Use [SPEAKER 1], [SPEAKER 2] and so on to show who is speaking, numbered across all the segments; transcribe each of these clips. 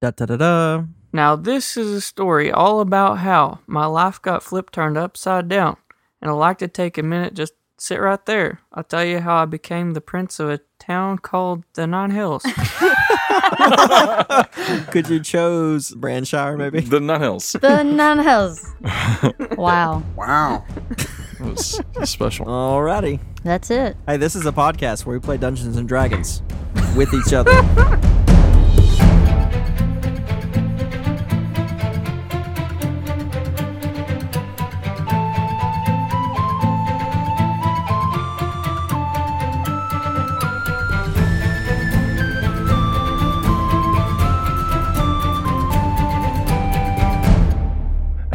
[SPEAKER 1] Da da da da.
[SPEAKER 2] Now, this is a story all about how my life got flipped turned upside down, and I'd like to take a minute just sit right there. I'll tell you how I became the prince of a town called the Nine Hills.
[SPEAKER 1] Could you chose Branshire maybe?
[SPEAKER 3] The Nun Hills.
[SPEAKER 4] The Nun Hills. wow.
[SPEAKER 5] Wow.
[SPEAKER 3] It was special.
[SPEAKER 1] Alrighty.
[SPEAKER 4] That's it.
[SPEAKER 1] Hey, this is a podcast where we play Dungeons and Dragons with each other.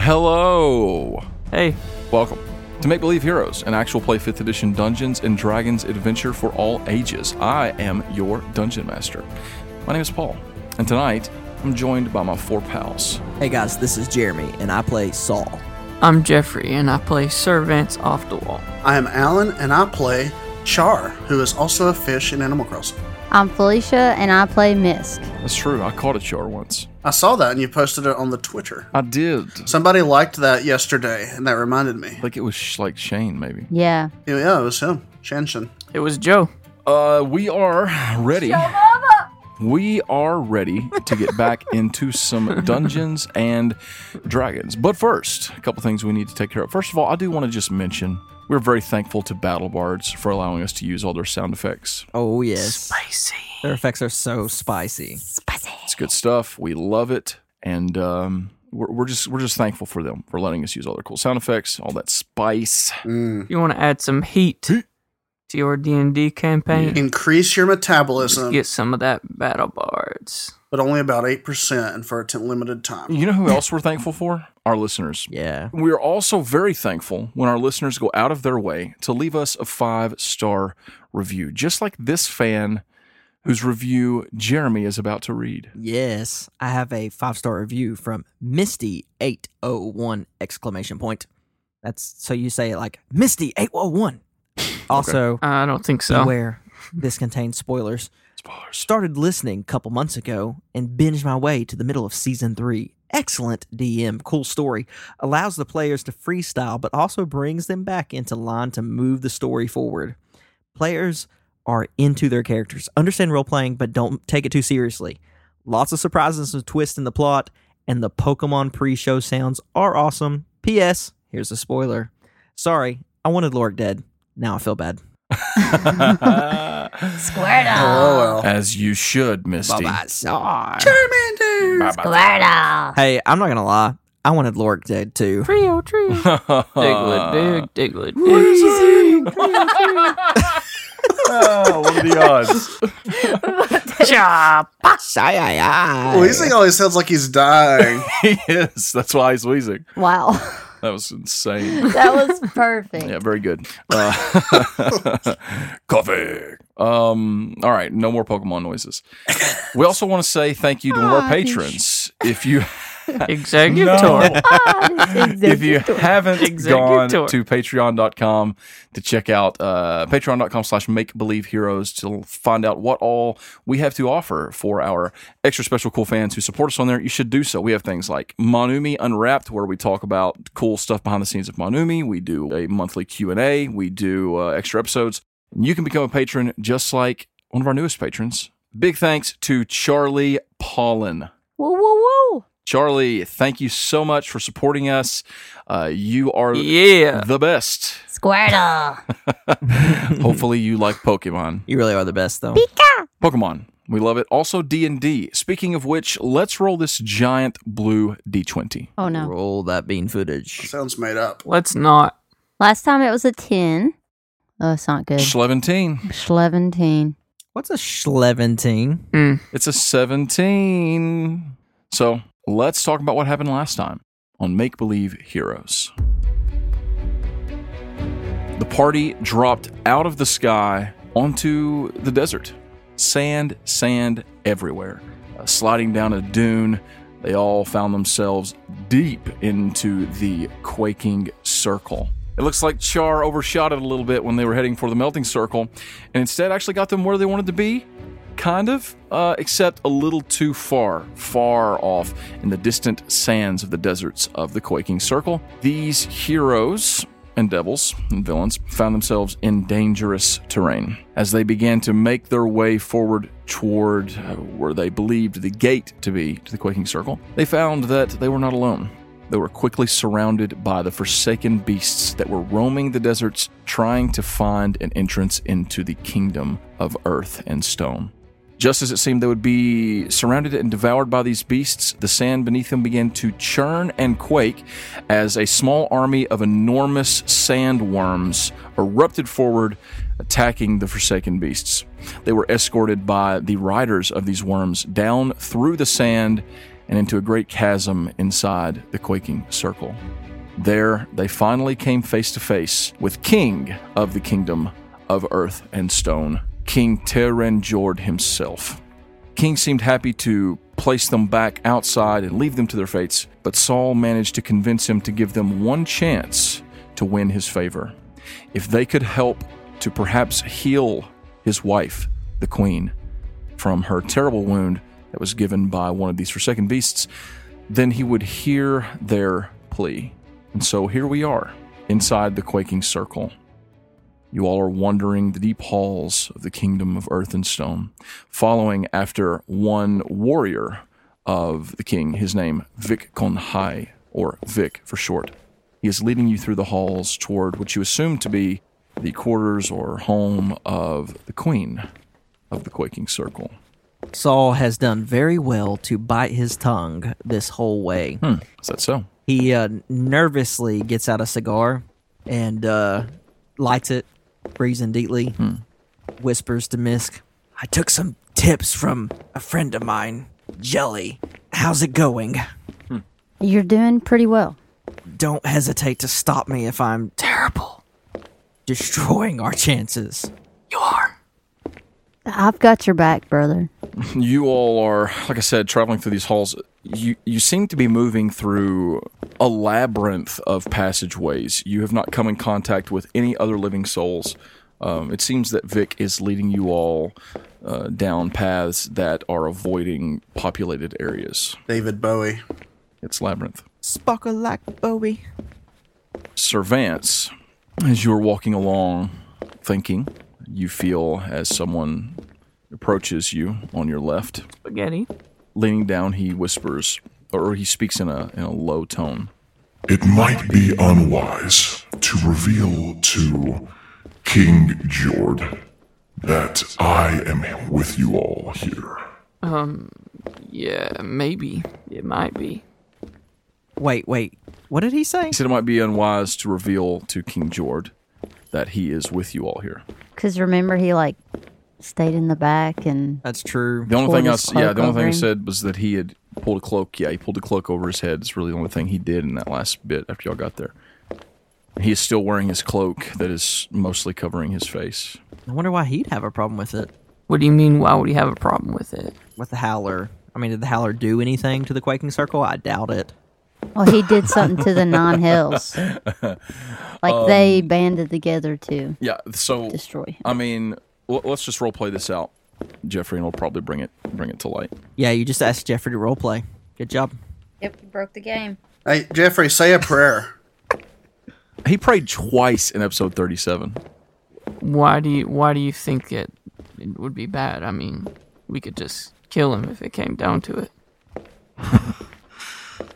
[SPEAKER 3] Hello.
[SPEAKER 2] hey,
[SPEAKER 3] Welcome to Make Believe Heroes, an actual play 5th edition Dungeons and Dragons adventure for all ages. I am your Dungeon Master. My name is Paul, and tonight I'm joined by my four pals.
[SPEAKER 1] hey guys, this is Jeremy and I play Saul.
[SPEAKER 2] I'm Jeffrey, and I play Servants Off the Wall.
[SPEAKER 5] I am Alan, and I play Char, who is also a fish in Animal Crossing.
[SPEAKER 4] I'm Felicia and I play Misk.
[SPEAKER 3] That's true, I caught a char once.
[SPEAKER 5] I saw that, and you posted it on the Twitter.
[SPEAKER 3] I did.
[SPEAKER 5] Somebody liked that yesterday, and that reminded me.
[SPEAKER 3] I think it was sh- like Shane, maybe.
[SPEAKER 4] Yeah.
[SPEAKER 5] Yeah, it was him, Shanshin.
[SPEAKER 2] It was Joe.
[SPEAKER 3] Uh, we are ready. We are ready to get back into some Dungeons and Dragons. But first, a couple things we need to take care of. First of all, I do want to just mention we're very thankful to Battle Bards for allowing us to use all their sound effects.
[SPEAKER 1] Oh yes. Spicy. Their effects are so spicy.
[SPEAKER 3] It's good stuff. We love it, and um, we're, we're just we're just thankful for them for letting us use all their cool sound effects, all that spice.
[SPEAKER 5] Mm.
[SPEAKER 2] You want to add some heat to your D&D campaign?
[SPEAKER 5] Increase your metabolism,
[SPEAKER 2] Get some of that battle bards.
[SPEAKER 5] but only about 8% and for a t- limited time.
[SPEAKER 3] You know who else we're thankful for? Our listeners.
[SPEAKER 1] Yeah.
[SPEAKER 3] We are also very thankful when our listeners go out of their way to leave us a five star review, just like this fan whose review Jeremy is about to read.
[SPEAKER 1] Yes, I have a five star review from Misty eight oh one exclamation point. That's so you say it like Misty eight oh one. Also,
[SPEAKER 2] Uh, I don't think so.
[SPEAKER 1] beware this contains spoilers.
[SPEAKER 3] Spoilers.
[SPEAKER 1] Started listening a couple months ago and binged my way to the middle of season three. Excellent DM, cool story. Allows the players to freestyle, but also brings them back into line to move the story forward. Players are into their characters, understand role playing, but don't take it too seriously. Lots of surprises and twists in the plot, and the Pokemon pre show sounds are awesome. P.S. Here's a spoiler. Sorry, I wanted Lork dead. Now I feel bad.
[SPEAKER 4] Squirtle.
[SPEAKER 5] LOL.
[SPEAKER 3] As you should, Misty.
[SPEAKER 1] sorry.
[SPEAKER 4] Squirtle.
[SPEAKER 1] Hey, I'm not gonna lie. I wanted Lork dead too.
[SPEAKER 2] Trio, trio. Diglett, dig, Diglett, dig.
[SPEAKER 3] Easy. what are Oh, the odds?
[SPEAKER 5] Well, Weezing always sounds like he's dying.
[SPEAKER 3] he is. That's why he's wheezing.
[SPEAKER 4] Wow.
[SPEAKER 3] That was insane.
[SPEAKER 4] That was perfect.
[SPEAKER 3] Yeah, very good. Uh, coffee. Um, all right, no more Pokemon noises. We also want to say Ah, thank you to one of our patrons. If you
[SPEAKER 2] Executor.
[SPEAKER 3] if you haven't gone
[SPEAKER 2] Executor.
[SPEAKER 3] to patreon.com to check out uh, patreon.com slash make believe heroes to find out what all we have to offer for our extra special cool fans who support us on there you should do so we have things like manumi unwrapped where we talk about cool stuff behind the scenes of manumi we do a monthly q&a we do uh, extra episodes and you can become a patron just like one of our newest patrons big thanks to charlie paulin
[SPEAKER 4] Woo, woo, woo.
[SPEAKER 3] Charlie, thank you so much for supporting us. Uh, you are
[SPEAKER 2] yeah.
[SPEAKER 3] the best.
[SPEAKER 4] Squirtle.
[SPEAKER 3] Hopefully, you like Pokemon.
[SPEAKER 1] You really are the best though.
[SPEAKER 3] Pokemon, we love it. Also, D and D. Speaking of which, let's roll this giant blue D twenty.
[SPEAKER 4] Oh, no.
[SPEAKER 1] Roll that bean footage.
[SPEAKER 5] sounds made up.
[SPEAKER 2] Let's not.
[SPEAKER 4] Last time it was a 10. Oh, it's not good.
[SPEAKER 3] Seventeen.
[SPEAKER 4] 17.
[SPEAKER 1] What's a schleventine?
[SPEAKER 2] Hmm.
[SPEAKER 3] It's a seventeen. So let's talk about what happened last time on Make Believe Heroes. The party dropped out of the sky onto the desert. Sand, sand everywhere. Uh, sliding down a dune, they all found themselves deep into the quaking circle. It looks like Char overshot it a little bit when they were heading for the melting circle, and instead actually got them where they wanted to be kind of, uh, except a little too far, far off in the distant sands of the deserts of the Quaking Circle. These heroes and devils and villains found themselves in dangerous terrain as they began to make their way forward toward uh, where they believed the gate to be to the Quaking Circle. They found that they were not alone. They were quickly surrounded by the forsaken beasts that were roaming the deserts, trying to find an entrance into the kingdom of earth and stone. Just as it seemed they would be surrounded and devoured by these beasts, the sand beneath them began to churn and quake as a small army of enormous sandworms erupted forward, attacking the forsaken beasts. They were escorted by the riders of these worms down through the sand and into a great chasm inside the quaking circle. There, they finally came face to face with King of the Kingdom of Earth and Stone, King Terenjord himself. King seemed happy to place them back outside and leave them to their fates, but Saul managed to convince him to give them one chance to win his favor. If they could help to perhaps heal his wife, the queen, from her terrible wound that was given by one of these forsaken beasts, then he would hear their plea. And so here we are, inside the quaking circle. You all are wandering the deep halls of the kingdom of earth and stone, following after one warrior of the king, his name Vic Conhai, or Vic for short. He is leading you through the halls toward what you assume to be the quarters or home of the queen of the quaking circle.
[SPEAKER 1] Saul has done very well to bite his tongue this whole way.
[SPEAKER 3] Is that so?
[SPEAKER 1] He uh, nervously gets out a cigar and uh, lights it, breathing deeply, whispers to Misk, I took some tips from a friend of mine, Jelly. How's it going?
[SPEAKER 4] You're doing pretty well.
[SPEAKER 1] Don't hesitate to stop me if I'm
[SPEAKER 2] Terrible.
[SPEAKER 1] destroying our chances.
[SPEAKER 2] You are.
[SPEAKER 4] I've got your back, brother.
[SPEAKER 3] you all are like i said traveling through these halls you you seem to be moving through a labyrinth of passageways you have not come in contact with any other living souls um, it seems that vic is leading you all uh, down paths that are avoiding populated areas
[SPEAKER 5] David Bowie.
[SPEAKER 3] it's labyrinth
[SPEAKER 1] Sparkle like Bowie.
[SPEAKER 3] Servance, as you're walking along thinking you feel as someone approaches you on your left
[SPEAKER 2] Spaghetti.
[SPEAKER 3] leaning down he whispers or he speaks in a in a low tone
[SPEAKER 6] It might be unwise to reveal to King Jord that I am with you all here.
[SPEAKER 2] Yeah, maybe. It might be.
[SPEAKER 1] Wait, wait. What did he say?
[SPEAKER 3] He said it might be unwise to reveal to King Jord that he is with you all here.
[SPEAKER 4] Because remember, he like stayed in the back and
[SPEAKER 1] That's true.
[SPEAKER 3] The only
[SPEAKER 4] Pulled
[SPEAKER 3] thing I
[SPEAKER 4] his
[SPEAKER 3] s- yeah,
[SPEAKER 4] cloak
[SPEAKER 3] the only thing
[SPEAKER 4] over
[SPEAKER 3] he
[SPEAKER 4] him.
[SPEAKER 3] said was that he had pulled a cloak. Yeah, he pulled a cloak over his head. It's really the only thing he did in that last bit after y'all got there. He is still wearing his cloak that is mostly covering his face.
[SPEAKER 1] I wonder why he'd have a problem with it.
[SPEAKER 2] What do you mean? Why would he have a problem with it?
[SPEAKER 1] With the Howler. I mean, did the Howler do anything to the Quaking Circle? I doubt it.
[SPEAKER 4] well, he did something to the non-hills. Like they banded together to
[SPEAKER 3] Yeah, so
[SPEAKER 4] destroy him.
[SPEAKER 3] I mean, l- let's just role play this out, Jeffrey, and we'll probably bring it bring it to light.
[SPEAKER 1] Yeah, you just asked Jeffrey to roleplay. Good job.
[SPEAKER 4] Yep, you broke the game.
[SPEAKER 5] Hey, Jeffrey, say a prayer.
[SPEAKER 3] He prayed twice in episode thirty-seven.
[SPEAKER 2] Why do you Why do you think it, it would be bad? I mean, we could just kill him if it came down to it.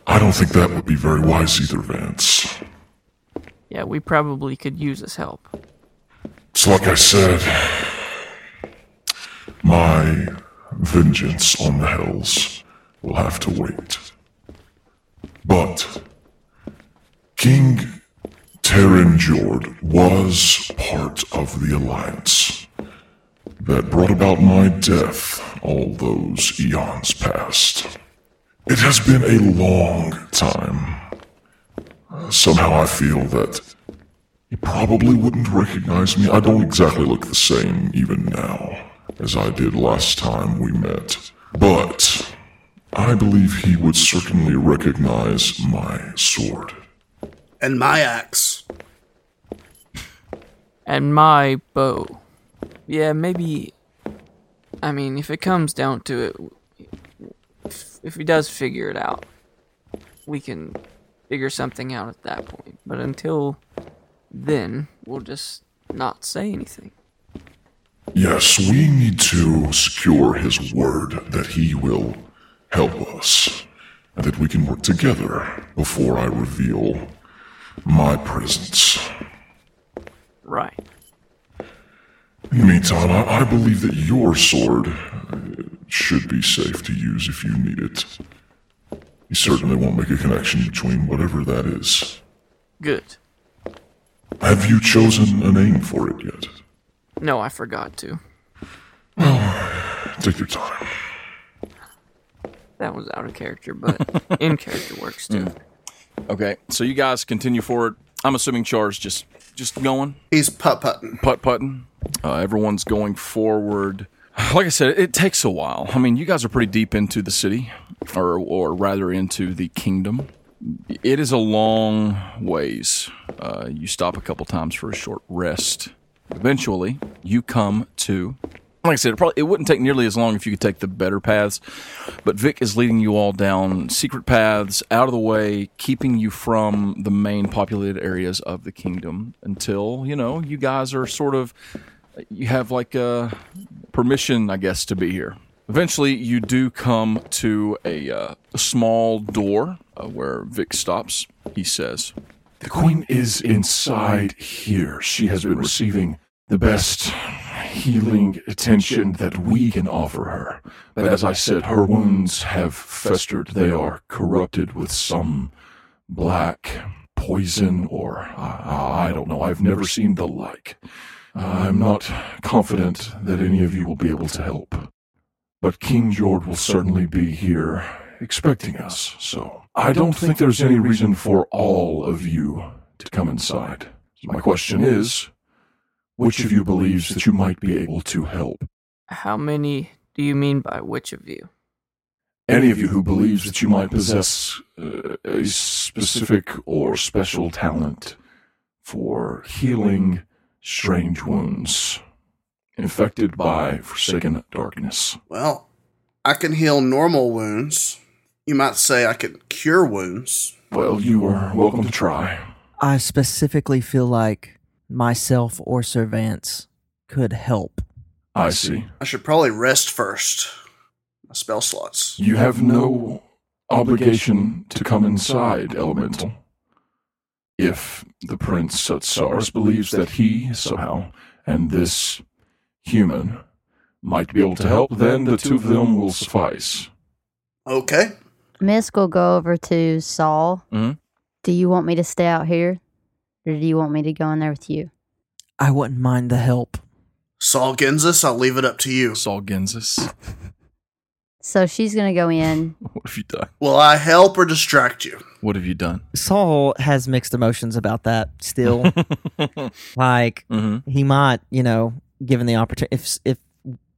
[SPEAKER 6] I don't think that would be very wise either, Vance.
[SPEAKER 2] Yeah, we probably could use his help.
[SPEAKER 6] So, like I said, my vengeance on the hells will have to wait. But King Terran Jord was part of the alliance that brought about my death all those eons past. It has been a long time. Somehow I feel that he probably wouldn't recognize me. I don't exactly look the same even now as I did last time we met. But I believe he would certainly recognize my sword.
[SPEAKER 5] And my axe.
[SPEAKER 2] And my bow. Yeah, maybe. I mean, if it comes down to it, if- if he does figure it out, we can figure something out at that point. But until then, we'll just not say anything.
[SPEAKER 7] Yes, we need to secure his word that he will help us and that we can work together before I reveal my presence.
[SPEAKER 2] Right.
[SPEAKER 7] In the meantime, I, I believe that your sword uh, should be safe to use if you need it. You certainly won't make a connection between whatever that is.
[SPEAKER 2] Good.
[SPEAKER 7] Have you chosen a name for it yet?
[SPEAKER 2] No, I forgot to.
[SPEAKER 7] Take your time.
[SPEAKER 2] That was out of character, but in character works too.
[SPEAKER 3] Okay, so you guys continue forward. I'm assuming Char's just just going
[SPEAKER 5] He's putt putting.
[SPEAKER 3] putt putting. Uh, everyone's going forward. Like I said, it takes a while. I mean, you guys are pretty deep into the city, or or rather into the kingdom. It is a long ways. Uh, you stop a couple times for a short rest. Eventually, you come to. Like I said, it probably it wouldn't take nearly as long if you could take the better paths. But Vic is leading you all down secret paths, out of the way, keeping you from the main populated areas of the kingdom until you know you guys are sort of you have like uh, permission, I guess, to be here. Eventually, you do come to a, uh, a small door uh, where Vic stops. He says,
[SPEAKER 7] The queen is inside here. She has been receiving the best healing attention that we can offer her. But as I said, her wounds have festered. They are corrupted with some black poison or uh, I I don't know. I've never seen the like. Uh, I'm not confident that any of you will be able to help. But King Jord will certainly be here expecting us, so I don't think there's any reason for all of you to come inside. So my question is which of you believes that you might be able to help?
[SPEAKER 2] How many do you mean by which of you?
[SPEAKER 7] Any of you who believes that you might possess uh, a specific or special talent for healing strange wounds infected by forsaken darkness.
[SPEAKER 5] Well, I can heal normal wounds. You might say I can cure wounds.
[SPEAKER 7] Well, you are welcome to try.
[SPEAKER 1] I specifically feel like myself or Servance could help.
[SPEAKER 7] I see.
[SPEAKER 5] I should probably rest first. My spell slots.
[SPEAKER 7] You have no obligation to come inside, Elemental. If the Prince Satsars believes that he, somehow, and this human might be able to help, then the two of them will suffice.
[SPEAKER 5] Okay.
[SPEAKER 4] Misk will go over to Saul.
[SPEAKER 3] Mhm.
[SPEAKER 4] Do you want me to stay out here, or do you want me to go in there with you?
[SPEAKER 1] I wouldn't mind the help.
[SPEAKER 5] Saul Gensis, I'll leave it up to you.
[SPEAKER 3] "Saul Gensis,
[SPEAKER 4] So she's gonna go in.
[SPEAKER 3] what have you done?
[SPEAKER 5] Will I help or distract you?
[SPEAKER 3] What have you done?"
[SPEAKER 1] Saul has mixed emotions about that still.
[SPEAKER 3] Mm-hmm.
[SPEAKER 1] like,
[SPEAKER 3] hmm
[SPEAKER 1] he might, you know, given the opportunity, if if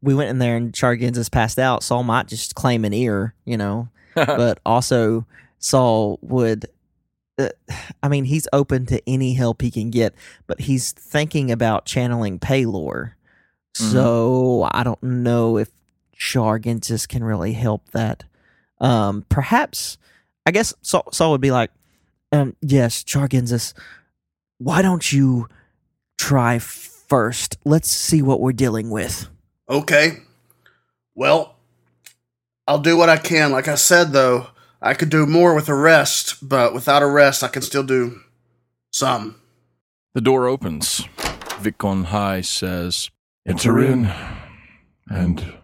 [SPEAKER 1] we went in there and Chargins is passed out, Saul might just claim an ear, you know. but also, Saul would. Uh, I mean, he's open to any help he can get, but he's thinking about channeling Paylor. So I don't know if Chargensis can really help that. Um, perhaps, I guess Saul, Saul would be like, um, "Yes, Chargensis, why don't you?" try first. Let's see what we're dealing with.
[SPEAKER 5] Okay. Well, I'll do what I can. Like I said, though, I could do more with a rest, but without a rest, I can still do some.
[SPEAKER 3] The door opens. Vic on high says,
[SPEAKER 7] Enter in, and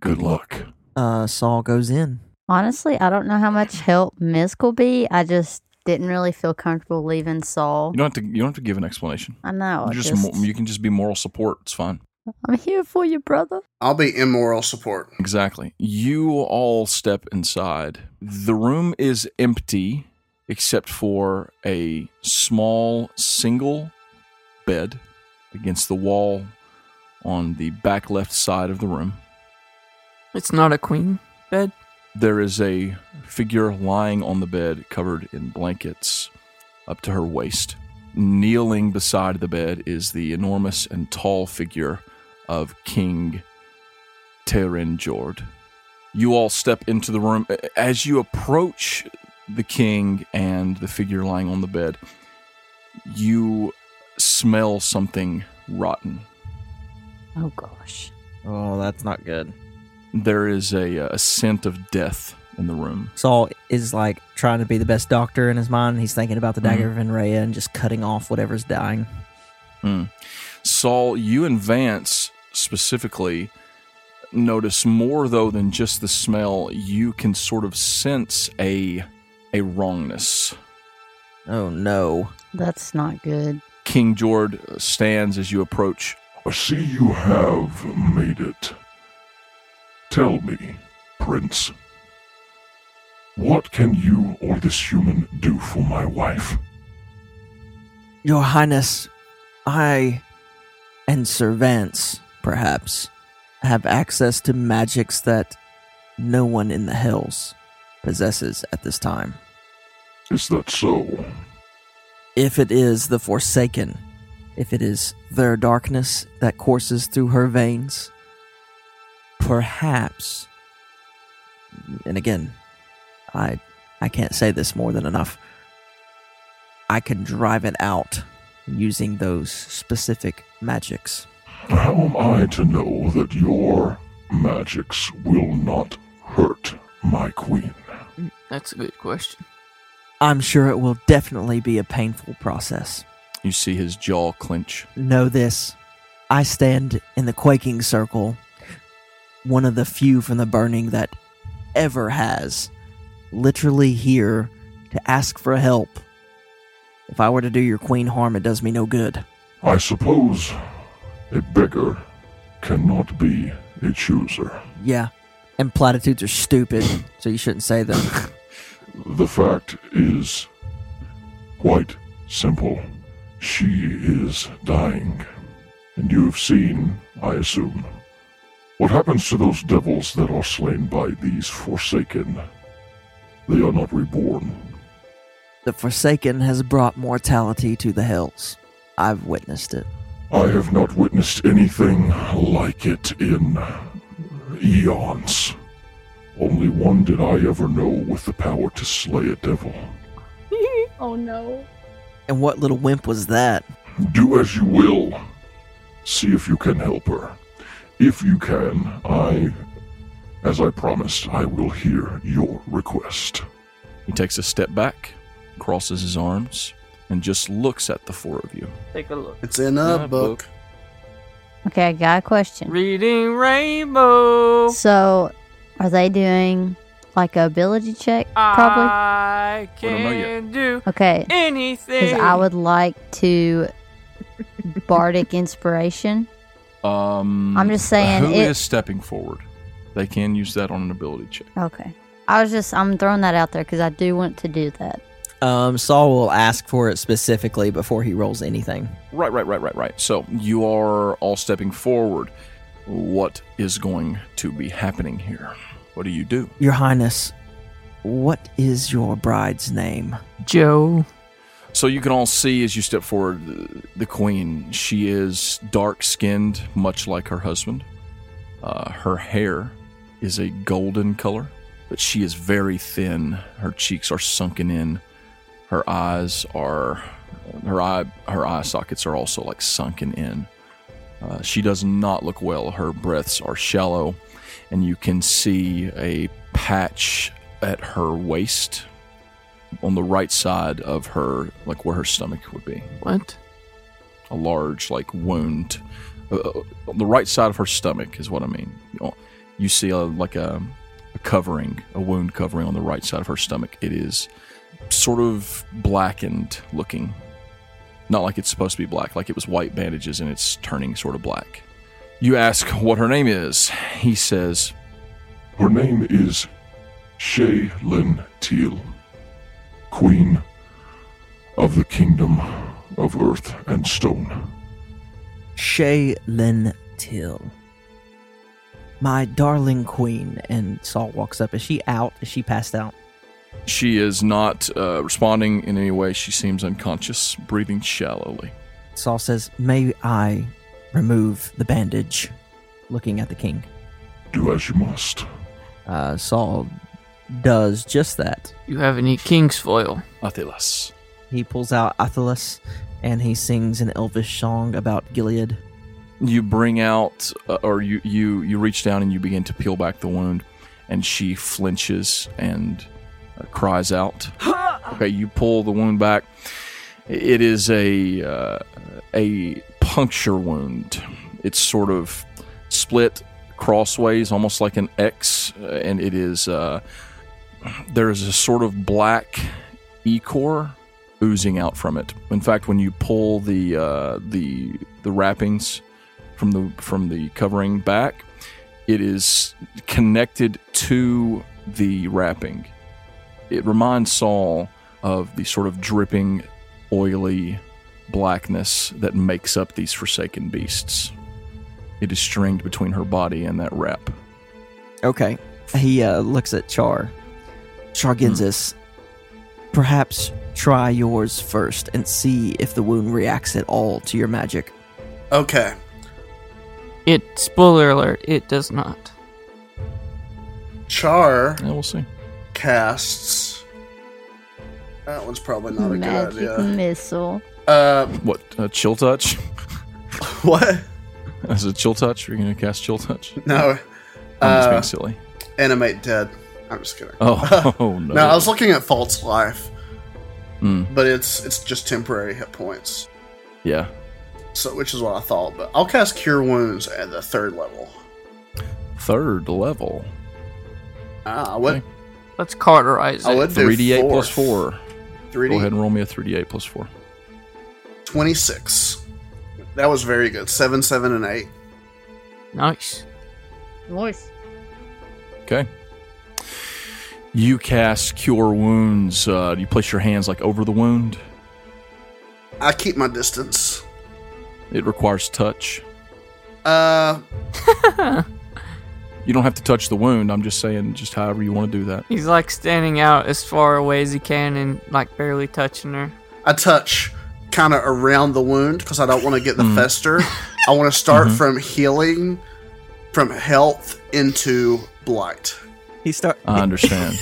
[SPEAKER 7] good luck.
[SPEAKER 1] Uh, Saul goes in.
[SPEAKER 4] Honestly, I don't know how much help Misk will be. I just didn't really feel comfortable leaving Saul.
[SPEAKER 3] "You don't have to. You don't have to give an explanation.
[SPEAKER 4] I know. I
[SPEAKER 3] you just,
[SPEAKER 4] Uh, just-
[SPEAKER 3] mo- you can just be moral support. It's fine."
[SPEAKER 4] I'm here for you, brother.
[SPEAKER 5] I'll be immoral support.
[SPEAKER 3] Exactly. You all step inside. The room is empty except for a small single bed against the wall on the back left side of the room.
[SPEAKER 2] It's not a queen bed.
[SPEAKER 3] There is a figure lying on the bed covered in blankets up to her waist. Kneeling beside the bed is the enormous and tall figure of King Terran Jord. You all step into the room. As you approach the king and the figure lying on the bed, you smell something rotten.
[SPEAKER 4] Oh gosh.
[SPEAKER 1] Oh, that's not good.
[SPEAKER 3] There is a, a scent of death in the room.
[SPEAKER 1] Saul is like trying to be the best doctor in his mind. He's thinking about the dagger of Enrea and just cutting off whatever's dying.
[SPEAKER 3] Saul, you and Vance specifically notice more though than just the smell. You can sort of sense a a wrongness.
[SPEAKER 1] Oh no.
[SPEAKER 4] That's not good.
[SPEAKER 3] King Jord stands as you approach.
[SPEAKER 6] I see you have made it. Tell me, Prince, what can you or this human do for my wife?
[SPEAKER 1] Your Highness, I and Sir Vance, perhaps, have access to magics that no one in the Hells possesses at this time.
[SPEAKER 6] Is that so?
[SPEAKER 1] If it is the Forsaken, if it is their darkness that courses through her veins, perhaps. And again, I I can't say this more than enough. I can drive it out using those specific magics.
[SPEAKER 6] How am I to know that your magics will not hurt my queen?
[SPEAKER 2] That's a good question.
[SPEAKER 1] I'm sure it will definitely be a painful process.
[SPEAKER 3] You see his jaw clench.
[SPEAKER 1] Know this I stand in the quaking circle, one of the few from the burning that ever has, literally here to ask for help. If I were to do your queen harm, it does me no good.
[SPEAKER 6] I suppose a beggar cannot be a chooser.
[SPEAKER 1] Yeah, and platitudes are stupid, so you shouldn't say them.
[SPEAKER 6] The fact is quite simple. She is dying. And you have seen, I assume, what happens to those devils that are slain by these forsaken. They are not reborn.
[SPEAKER 1] the Forsaken has brought mortality to the hells. I've witnessed it.
[SPEAKER 6] I have not witnessed anything like it in eons. Only one did I ever know with the power to slay a devil.
[SPEAKER 4] Oh no.
[SPEAKER 1] And what little wimp was that?
[SPEAKER 6] Do as you will. See if you can help her. If you can, I, as I promised, I will hear your request.
[SPEAKER 3] He takes a step back, crosses his arms, and just looks at the four of you.
[SPEAKER 2] Take a look.
[SPEAKER 5] It's in a
[SPEAKER 3] Not
[SPEAKER 5] book.
[SPEAKER 3] book.
[SPEAKER 4] Okay, I got a question.
[SPEAKER 2] Reading Rainbow.
[SPEAKER 4] So, are they doing like a ability check?
[SPEAKER 3] Uh,
[SPEAKER 4] Probably.
[SPEAKER 2] I
[SPEAKER 3] We don't know yet.
[SPEAKER 2] can do
[SPEAKER 4] Okay, because
[SPEAKER 2] anything.
[SPEAKER 4] I would like to bardic inspiration.
[SPEAKER 3] Um,
[SPEAKER 4] I'm just saying
[SPEAKER 3] who is
[SPEAKER 4] it-
[SPEAKER 3] stepping forward? They can use that on an ability check.
[SPEAKER 4] Okay. I was just I'm throwing that out there because I do want to do that.
[SPEAKER 1] Um, Saul will ask for it specifically before he rolls anything.
[SPEAKER 3] Right, right, right, right, right. So you are all stepping forward. What is going to be happening here? What do you do?
[SPEAKER 1] Your Highness, what is your bride's name?
[SPEAKER 2] Joe.
[SPEAKER 3] So you can all see as you step forward the, the queen. She is dark skinned, much like her husband. Uh, her hair is a golden color, but she is very thin. Her cheeks are sunken in. Her eyes are her eye her eye sockets are also like sunken in. Uh, she does not look well. Her breaths are shallow, and you can see a patch at her waist on the right side of her, like where her stomach would be,
[SPEAKER 2] What?
[SPEAKER 3] a large like wound. Uh, on the right side of her stomach is what I mean. You- You see a like a, a covering, a wound covering on the right side of her stomach. It is sort of blackened looking, not like it's supposed to be black, like it was white bandages and it's turning sort of black. You ask what her name is. He says,
[SPEAKER 6] Her name is Shaylin Teal, Queen of the Kingdom of Earth and Stone.
[SPEAKER 1] Shay Lin Till. My darling queen. And Saul walks up. Is she out? Is she passed out?
[SPEAKER 3] she is not uh, responding in any way. She seems unconscious, breathing shallowly.
[SPEAKER 1] Saul says, May I remove the bandage? Looking at the king.
[SPEAKER 6] Do as you must.
[SPEAKER 1] Uh, Saul does just that.
[SPEAKER 2] You have any king's foil?
[SPEAKER 3] Athilas.
[SPEAKER 1] He pulls out Athalas and he sings an elvish song about Gilead.
[SPEAKER 3] you bring out uh, or you, you you reach down and you begin to peel back the wound and she flinches and uh, cries out okay you pull the wound back it is a uh, a puncture wound it's sort of split crossways almost like an x uh, and it is uh, there is a sort of black ichor oozing out from it in fact when you pull the uh, the the wrappings from the from the covering back. It is connected to the wrapping. It reminds Saul of the sort of dripping, oily blackness that makes up these forsaken beasts. It is stringed between her body and that wrap.
[SPEAKER 1] Okay. He uh, looks at Char. Chargensis, perhaps try yours first and see if the wound reacts at all to your magic.
[SPEAKER 5] Okay.
[SPEAKER 2] It, spoiler alert, it does not.
[SPEAKER 5] Char
[SPEAKER 3] Yeah, we'll see.
[SPEAKER 5] casts. That one's probably
[SPEAKER 3] Oh,
[SPEAKER 5] not a
[SPEAKER 4] Magic
[SPEAKER 5] good idea.
[SPEAKER 4] missile.
[SPEAKER 5] Uh,
[SPEAKER 3] What a chill touch?
[SPEAKER 5] what?
[SPEAKER 3] Is it chill touch? Are you gonna cast chill touch?
[SPEAKER 5] No.
[SPEAKER 3] I'm just
[SPEAKER 5] Uh,
[SPEAKER 3] being silly.
[SPEAKER 5] animate dead. I'm just kidding.
[SPEAKER 3] Oh, oh, no!
[SPEAKER 5] No, I was looking at false life,
[SPEAKER 3] Mm,
[SPEAKER 5] but it's it's just temporary hit points.
[SPEAKER 3] yeah.
[SPEAKER 5] So, which is what I thought. But I'll cast Cure Wounds at the third level.
[SPEAKER 3] Third level.
[SPEAKER 5] Ah, I would.
[SPEAKER 3] Okay.
[SPEAKER 2] Let's carterize it.
[SPEAKER 5] I would do
[SPEAKER 3] 3d8
[SPEAKER 5] four.
[SPEAKER 3] plus 4.
[SPEAKER 5] Three
[SPEAKER 3] Go
[SPEAKER 5] D
[SPEAKER 3] ahead and roll me a 3d8 plus 4.
[SPEAKER 5] 26. That was very good. 7, 7, and 8.
[SPEAKER 2] Nice.
[SPEAKER 4] Voice.
[SPEAKER 3] Okay. You cast Cure Wounds. Uh, you place your hands like over the wound.
[SPEAKER 5] I keep my distance.
[SPEAKER 3] It requires touch.
[SPEAKER 5] Uh,
[SPEAKER 3] You don't have to touch the wound. I'm just saying, just however you want to do that.
[SPEAKER 2] He's like standing out as far away as he can and like barely touching her.
[SPEAKER 5] I touch kind of around the wound because I don't want to get the
[SPEAKER 3] Hmm.
[SPEAKER 5] fester. I want to start
[SPEAKER 3] Mm-hmm.
[SPEAKER 5] from healing, from health into blight.
[SPEAKER 1] He start.
[SPEAKER 3] I understand.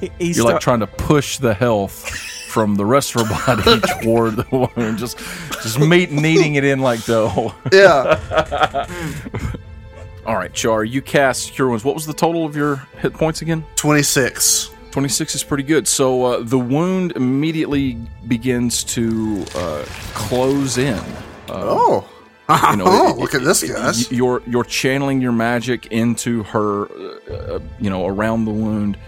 [SPEAKER 1] He, he
[SPEAKER 3] You're
[SPEAKER 1] start-
[SPEAKER 3] like trying to push the health from the rest of her body toward the wound. Just, just meat kneading it in like dough.
[SPEAKER 5] Yeah.
[SPEAKER 3] All right, Char. You cast Cure Wounds. What was the total of your hit points again?
[SPEAKER 5] 26.
[SPEAKER 3] 26 is pretty good. So uh, the wound immediately begins to uh, close in.
[SPEAKER 5] Oh.
[SPEAKER 3] You know,
[SPEAKER 5] oh,
[SPEAKER 3] it- it-
[SPEAKER 5] look at this,
[SPEAKER 3] it-
[SPEAKER 5] guys.
[SPEAKER 3] y- You're you're channeling your magic into her, uh, uh, you know, around the wound,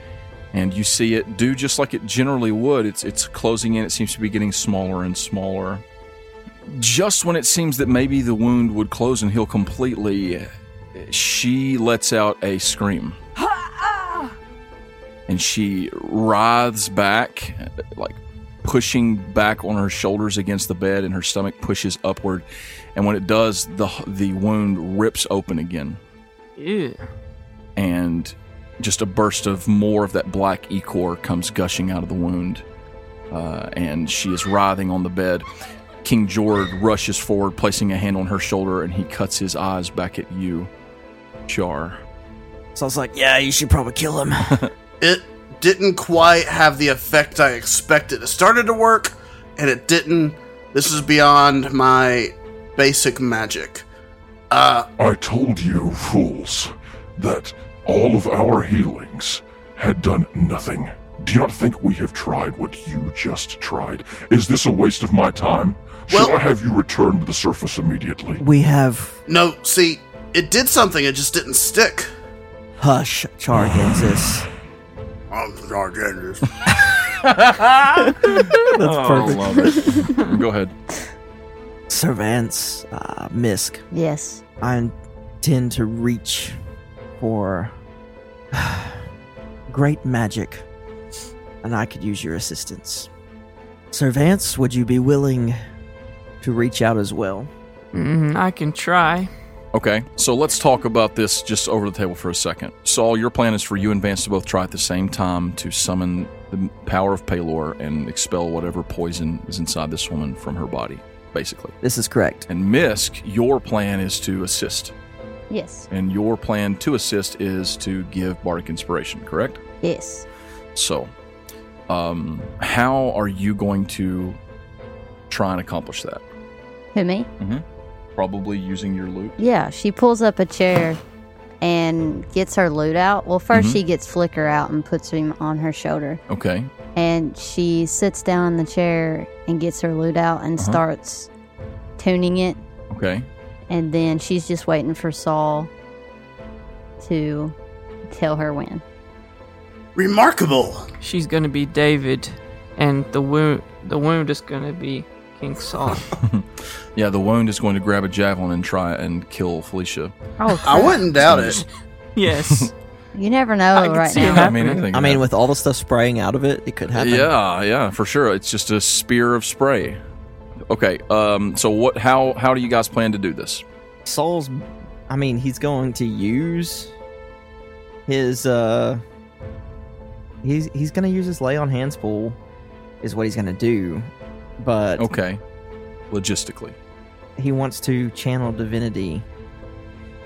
[SPEAKER 3] and you see it do just like it generally would. It's it's closing in. It seems to be getting smaller and smaller. Just when it seems that maybe the wound would close and heal completely, she lets out a scream. And she writhes back, like pushing back on her shoulders against the bed, and her stomach pushes upward. And when it does, the the wound rips open again,
[SPEAKER 2] Ew.
[SPEAKER 3] and just a burst of more of that black ichor comes gushing out of the wound, uh, and she is writhing on the bed. King George rushes forward, placing a hand on her shoulder, and he cuts his eyes back at you, Char.
[SPEAKER 1] so I was like, yeah, you should probably kill him.
[SPEAKER 5] It didn't quite have the effect I expected. It started to work, and it didn't. This is beyond my basic magic. Uh,
[SPEAKER 6] I told you, fools, that all of our healings had done nothing. Do you not think we have tried what you just tried? Is this a waste of my time? Shall
[SPEAKER 5] Well-
[SPEAKER 6] I have you return to the surface immediately?
[SPEAKER 1] we have
[SPEAKER 5] no, see, it did something, it just didn't stick.
[SPEAKER 1] hush, Chargensis.
[SPEAKER 5] I'm sorry, Genders.
[SPEAKER 1] That's perfect.
[SPEAKER 3] love it. Go ahead.
[SPEAKER 1] Servants, uh, Misk.
[SPEAKER 4] Yes.
[SPEAKER 1] I intend to reach for great magic, and I could use your assistance. Sir Vance, would you be willing to reach out as well?
[SPEAKER 2] Mm, I can try.
[SPEAKER 3] Okay, so let's talk about this just over the table for a second. Saul, your plan is for you and Vance to both try at the same time to summon the power of Palor and expel whatever poison is inside this woman from her body, basically.
[SPEAKER 1] This is correct.
[SPEAKER 3] And Misk, your plan is to assist.
[SPEAKER 4] Yes.
[SPEAKER 3] And your plan to assist is to give Bardic Inspiration, correct?
[SPEAKER 4] Yes.
[SPEAKER 3] So, um, how are you going to try and accomplish that?
[SPEAKER 4] Who me?
[SPEAKER 3] Probably using your loot.
[SPEAKER 4] Yeah. She pulls up a chair and gets her loot out. Well, 1st
[SPEAKER 3] Mm-hmm.
[SPEAKER 4] she gets Flicker out and puts him on her shoulder.
[SPEAKER 3] Okay.
[SPEAKER 4] and she sits down in the chair and gets her loot out and
[SPEAKER 3] Uh-huh.
[SPEAKER 4] starts tuning it
[SPEAKER 3] Okay.
[SPEAKER 4] and then she's just waiting for Saul to tell her when.
[SPEAKER 5] Remarkable.
[SPEAKER 2] She's gonna be David, and the wound the wound is gonna be King Saul.
[SPEAKER 3] Yeah, the wound is going to grab a javelin and try and kill Felicia.
[SPEAKER 4] Oh,
[SPEAKER 5] I wouldn't doubt it.
[SPEAKER 2] yes,
[SPEAKER 4] you never
[SPEAKER 2] I
[SPEAKER 4] know
[SPEAKER 2] can
[SPEAKER 4] Oh, right
[SPEAKER 2] see it
[SPEAKER 4] now.
[SPEAKER 3] I mean,
[SPEAKER 2] happening.
[SPEAKER 3] anything.
[SPEAKER 1] I mean, with all the stuff spraying out of it, it could happen.
[SPEAKER 3] yeah, yeah, for sure. It's just a spear of spray. Okay. Um. So what? How? How do you guys plan to do this?
[SPEAKER 1] Saul's. I mean, he's going to use his. uh He's he's going to use his lay on hands pool, is what he's going to do, but
[SPEAKER 3] Okay. Logistically.
[SPEAKER 1] he wants to channel divinity.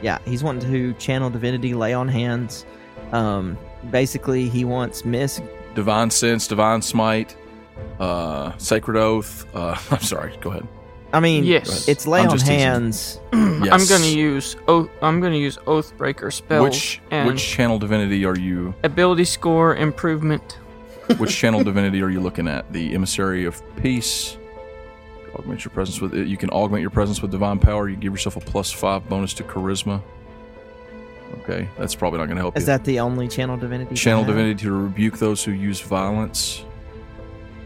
[SPEAKER 1] Yeah, he's wanting to channel divinity, lay on hands. Um, basically, he wants Miss
[SPEAKER 3] divine sense, divine smite, uh, sacred oath. Uh, I'm sorry. Go ahead.
[SPEAKER 1] I mean,
[SPEAKER 2] Yes.
[SPEAKER 1] it's lay
[SPEAKER 3] I'm
[SPEAKER 1] on
[SPEAKER 3] just teasing.
[SPEAKER 1] hands.
[SPEAKER 2] I'm
[SPEAKER 3] Yes.
[SPEAKER 2] gonna use oath. I'm gonna use Oathbreaker spells
[SPEAKER 3] Which
[SPEAKER 2] and
[SPEAKER 3] which channel divinity are you?
[SPEAKER 2] ability score improvement.
[SPEAKER 3] Which channel divinity are you looking at? The emissary of peace. Augment your presence with it. You can augment your presence with divine power. You give yourself a plus five bonus to charisma. Okay, that's probably not going to help
[SPEAKER 1] Is
[SPEAKER 3] you.
[SPEAKER 1] that the only channel divinity?
[SPEAKER 3] channel
[SPEAKER 1] you have?
[SPEAKER 3] divinity to rebuke those who use violence.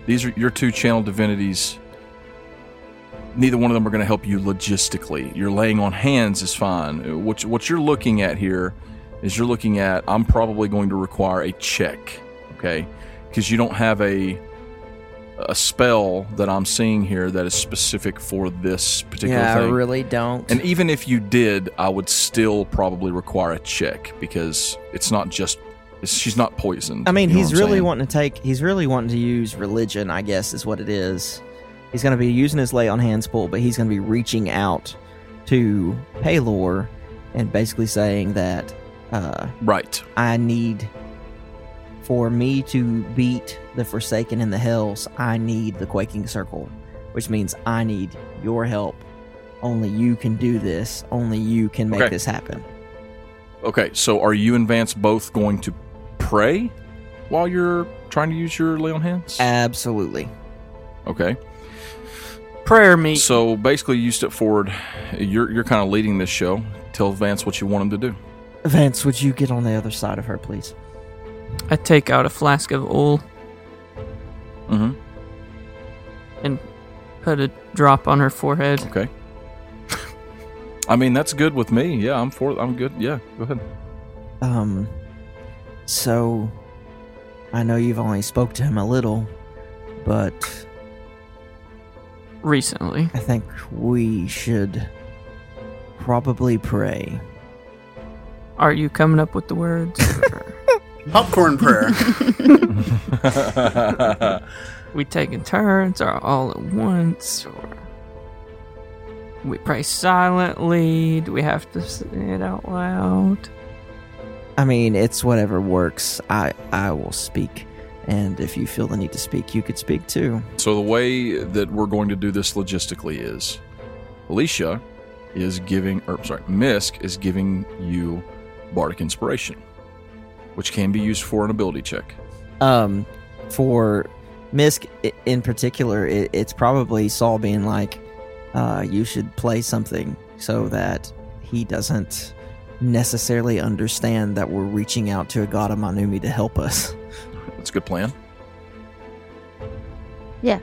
[SPEAKER 3] These are your two channel divinities. Neither one of them are going to help you logistically. You're laying on hands is fine. What you- what you're looking at here is you're looking at I'm probably going to require a check, okay? Because you don't have a a spell that I'm seeing here that is specific for this particular
[SPEAKER 1] Yeah, I
[SPEAKER 3] thing.
[SPEAKER 1] really don't.
[SPEAKER 3] And even if you did, I would still probably require a check because it's not just it's, she's not poisoned.
[SPEAKER 1] I mean,
[SPEAKER 3] you know
[SPEAKER 1] he's
[SPEAKER 3] what I'm
[SPEAKER 1] really
[SPEAKER 3] saying?
[SPEAKER 1] wanting to take. He's really wanting to use religion, I guess, is what it is. He's going to be using his lay on hands pool, but he's going to be reaching out to Palor and basically saying that uh,
[SPEAKER 3] right.
[SPEAKER 1] I need for me to beat the Forsaken in the Hells. I need the Quaking Circle, which means I need your help. Only you can do this. Only you can make
[SPEAKER 3] Okay.
[SPEAKER 1] this happen.
[SPEAKER 3] Okay, so are you and Vance both going to pray while you're trying to use your lay on hands?
[SPEAKER 1] Uh, Absolutely.
[SPEAKER 3] okay.
[SPEAKER 2] Prayer meet.
[SPEAKER 3] So basically, you step forward. You're you're kind of leading this show. Tell Vance what you want him to do.
[SPEAKER 1] Vance, would you get on the other side of her, please?
[SPEAKER 2] I take out a flask of oil
[SPEAKER 3] Mm-hmm.
[SPEAKER 2] and put a drop on her forehead.
[SPEAKER 3] Okay. I mean, that's good with me. Yeah, I'm for. I'm good. Yeah, go ahead.
[SPEAKER 1] Um, so I know you've only spoke to him a little, but
[SPEAKER 2] Recently,
[SPEAKER 1] I think we should probably pray.
[SPEAKER 2] are you coming up with the words? or-
[SPEAKER 5] Popcorn prayer.
[SPEAKER 2] we taking turns or all at once or we pray silently do we have to say it out loud
[SPEAKER 1] I mean, it's whatever works. I I will speak, and if you feel the need to speak, you could speak too.
[SPEAKER 3] So the way that we're going to do this logistically is Alicia is giving or sorry, Misk is giving you Bardic inspiration, which can be used for an ability check.
[SPEAKER 1] Um, for Misk i- in particular, it, it's probably Saul being like, uh, "You should play something so that he doesn't necessarily understand that we're reaching out to a god of Manumi to help us."
[SPEAKER 3] That's a good plan.
[SPEAKER 4] Yeah.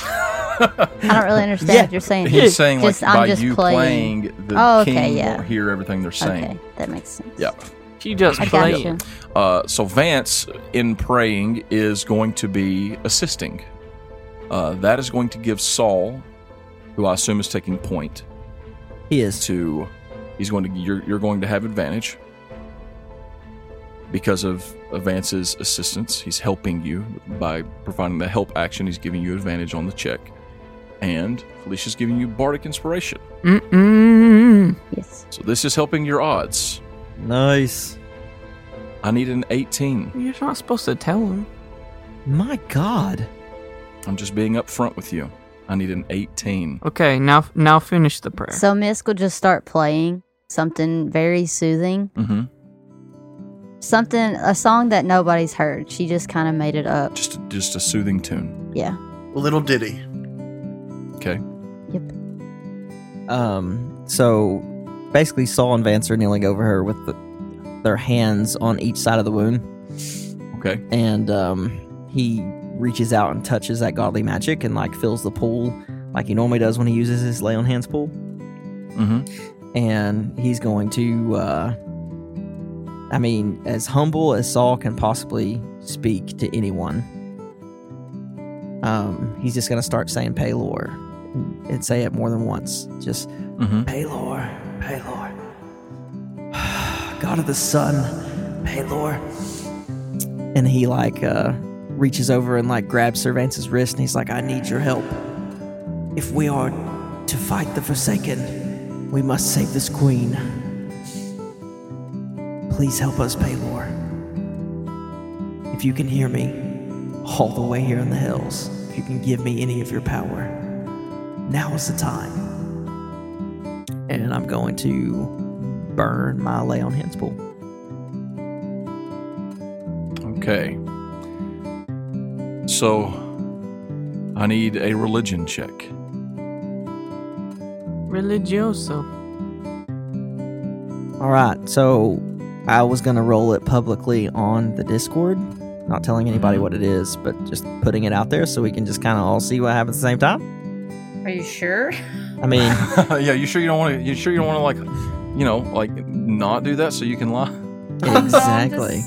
[SPEAKER 4] I don't really understand
[SPEAKER 1] Yeah.
[SPEAKER 4] what you're saying.
[SPEAKER 3] He's saying like
[SPEAKER 4] Just- I'm
[SPEAKER 3] by
[SPEAKER 4] just
[SPEAKER 3] you
[SPEAKER 4] playing.
[SPEAKER 3] playing, the
[SPEAKER 4] Oh, okay,
[SPEAKER 3] king
[SPEAKER 4] yeah.
[SPEAKER 3] won't hear everything they're saying.
[SPEAKER 4] Okay, that makes sense.
[SPEAKER 3] Yeah.
[SPEAKER 2] she just
[SPEAKER 4] I
[SPEAKER 2] played
[SPEAKER 4] gotcha.
[SPEAKER 3] Uh, so Vance in praying is going to be assisting. Uh, that is going to give Saul, who I assume is taking point,
[SPEAKER 1] He is.
[SPEAKER 3] to he's going to you're, you're going to have advantage because of of Vance's assistance. He's helping you by providing the help action. He's giving you advantage on the check, and Felicia's giving you bardic inspiration.
[SPEAKER 2] Mm-mm.
[SPEAKER 4] Yes.
[SPEAKER 3] So this is helping your odds.
[SPEAKER 1] Nice.
[SPEAKER 3] I need an 18.
[SPEAKER 2] You're not supposed to tell him.
[SPEAKER 1] My God.
[SPEAKER 3] I'm just being upfront with you. I need an 18.
[SPEAKER 2] Okay, now now finish the prayer.
[SPEAKER 4] So Misk will just start playing something very soothing,
[SPEAKER 3] Mm-hmm.
[SPEAKER 4] something a song that nobody's heard. She just kind of made it up.
[SPEAKER 3] Just just a soothing tune.
[SPEAKER 4] Yeah.
[SPEAKER 5] A little ditty.
[SPEAKER 3] Okay.
[SPEAKER 1] Um, so basically, Saul and Vance are kneeling over her with the, their hands on each side of the wound,
[SPEAKER 3] Okay.
[SPEAKER 1] and um, he reaches out and touches that godly magic and like fills the pool like he normally does when he uses his lay on hands pool,
[SPEAKER 3] Mm-hmm.
[SPEAKER 1] and he's going to. Uh, I mean, as humble as Saul can possibly speak to anyone, um, he's just going to start saying Paylor and say it more than once. Just
[SPEAKER 3] Mm-hmm.
[SPEAKER 1] Paylor, Paylor. God of the sun, Paylor. And he like uh, reaches over and like grabs Cervantes' wrist and he's like, I need your help. If we are to fight the Forsaken, we must save this queen. Please help us, Paylor. If you can hear me, all the way here in the hills, if you can give me any of your power, now is the time and I'm going to burn my lay on hands pool.
[SPEAKER 3] Okay. So I need a religion check.
[SPEAKER 2] Religioso.
[SPEAKER 1] All right, so I was gonna roll it publicly on the Discord, not telling
[SPEAKER 3] Mm-hmm.
[SPEAKER 1] anybody what it is, but just putting it out there so we can just kind of all see what happens at the same time.
[SPEAKER 8] Are you sure?
[SPEAKER 1] I mean,
[SPEAKER 3] yeah, you sure you don't want to? You sure you don't want to like, you know, like not do that so you can lie?
[SPEAKER 1] exactly,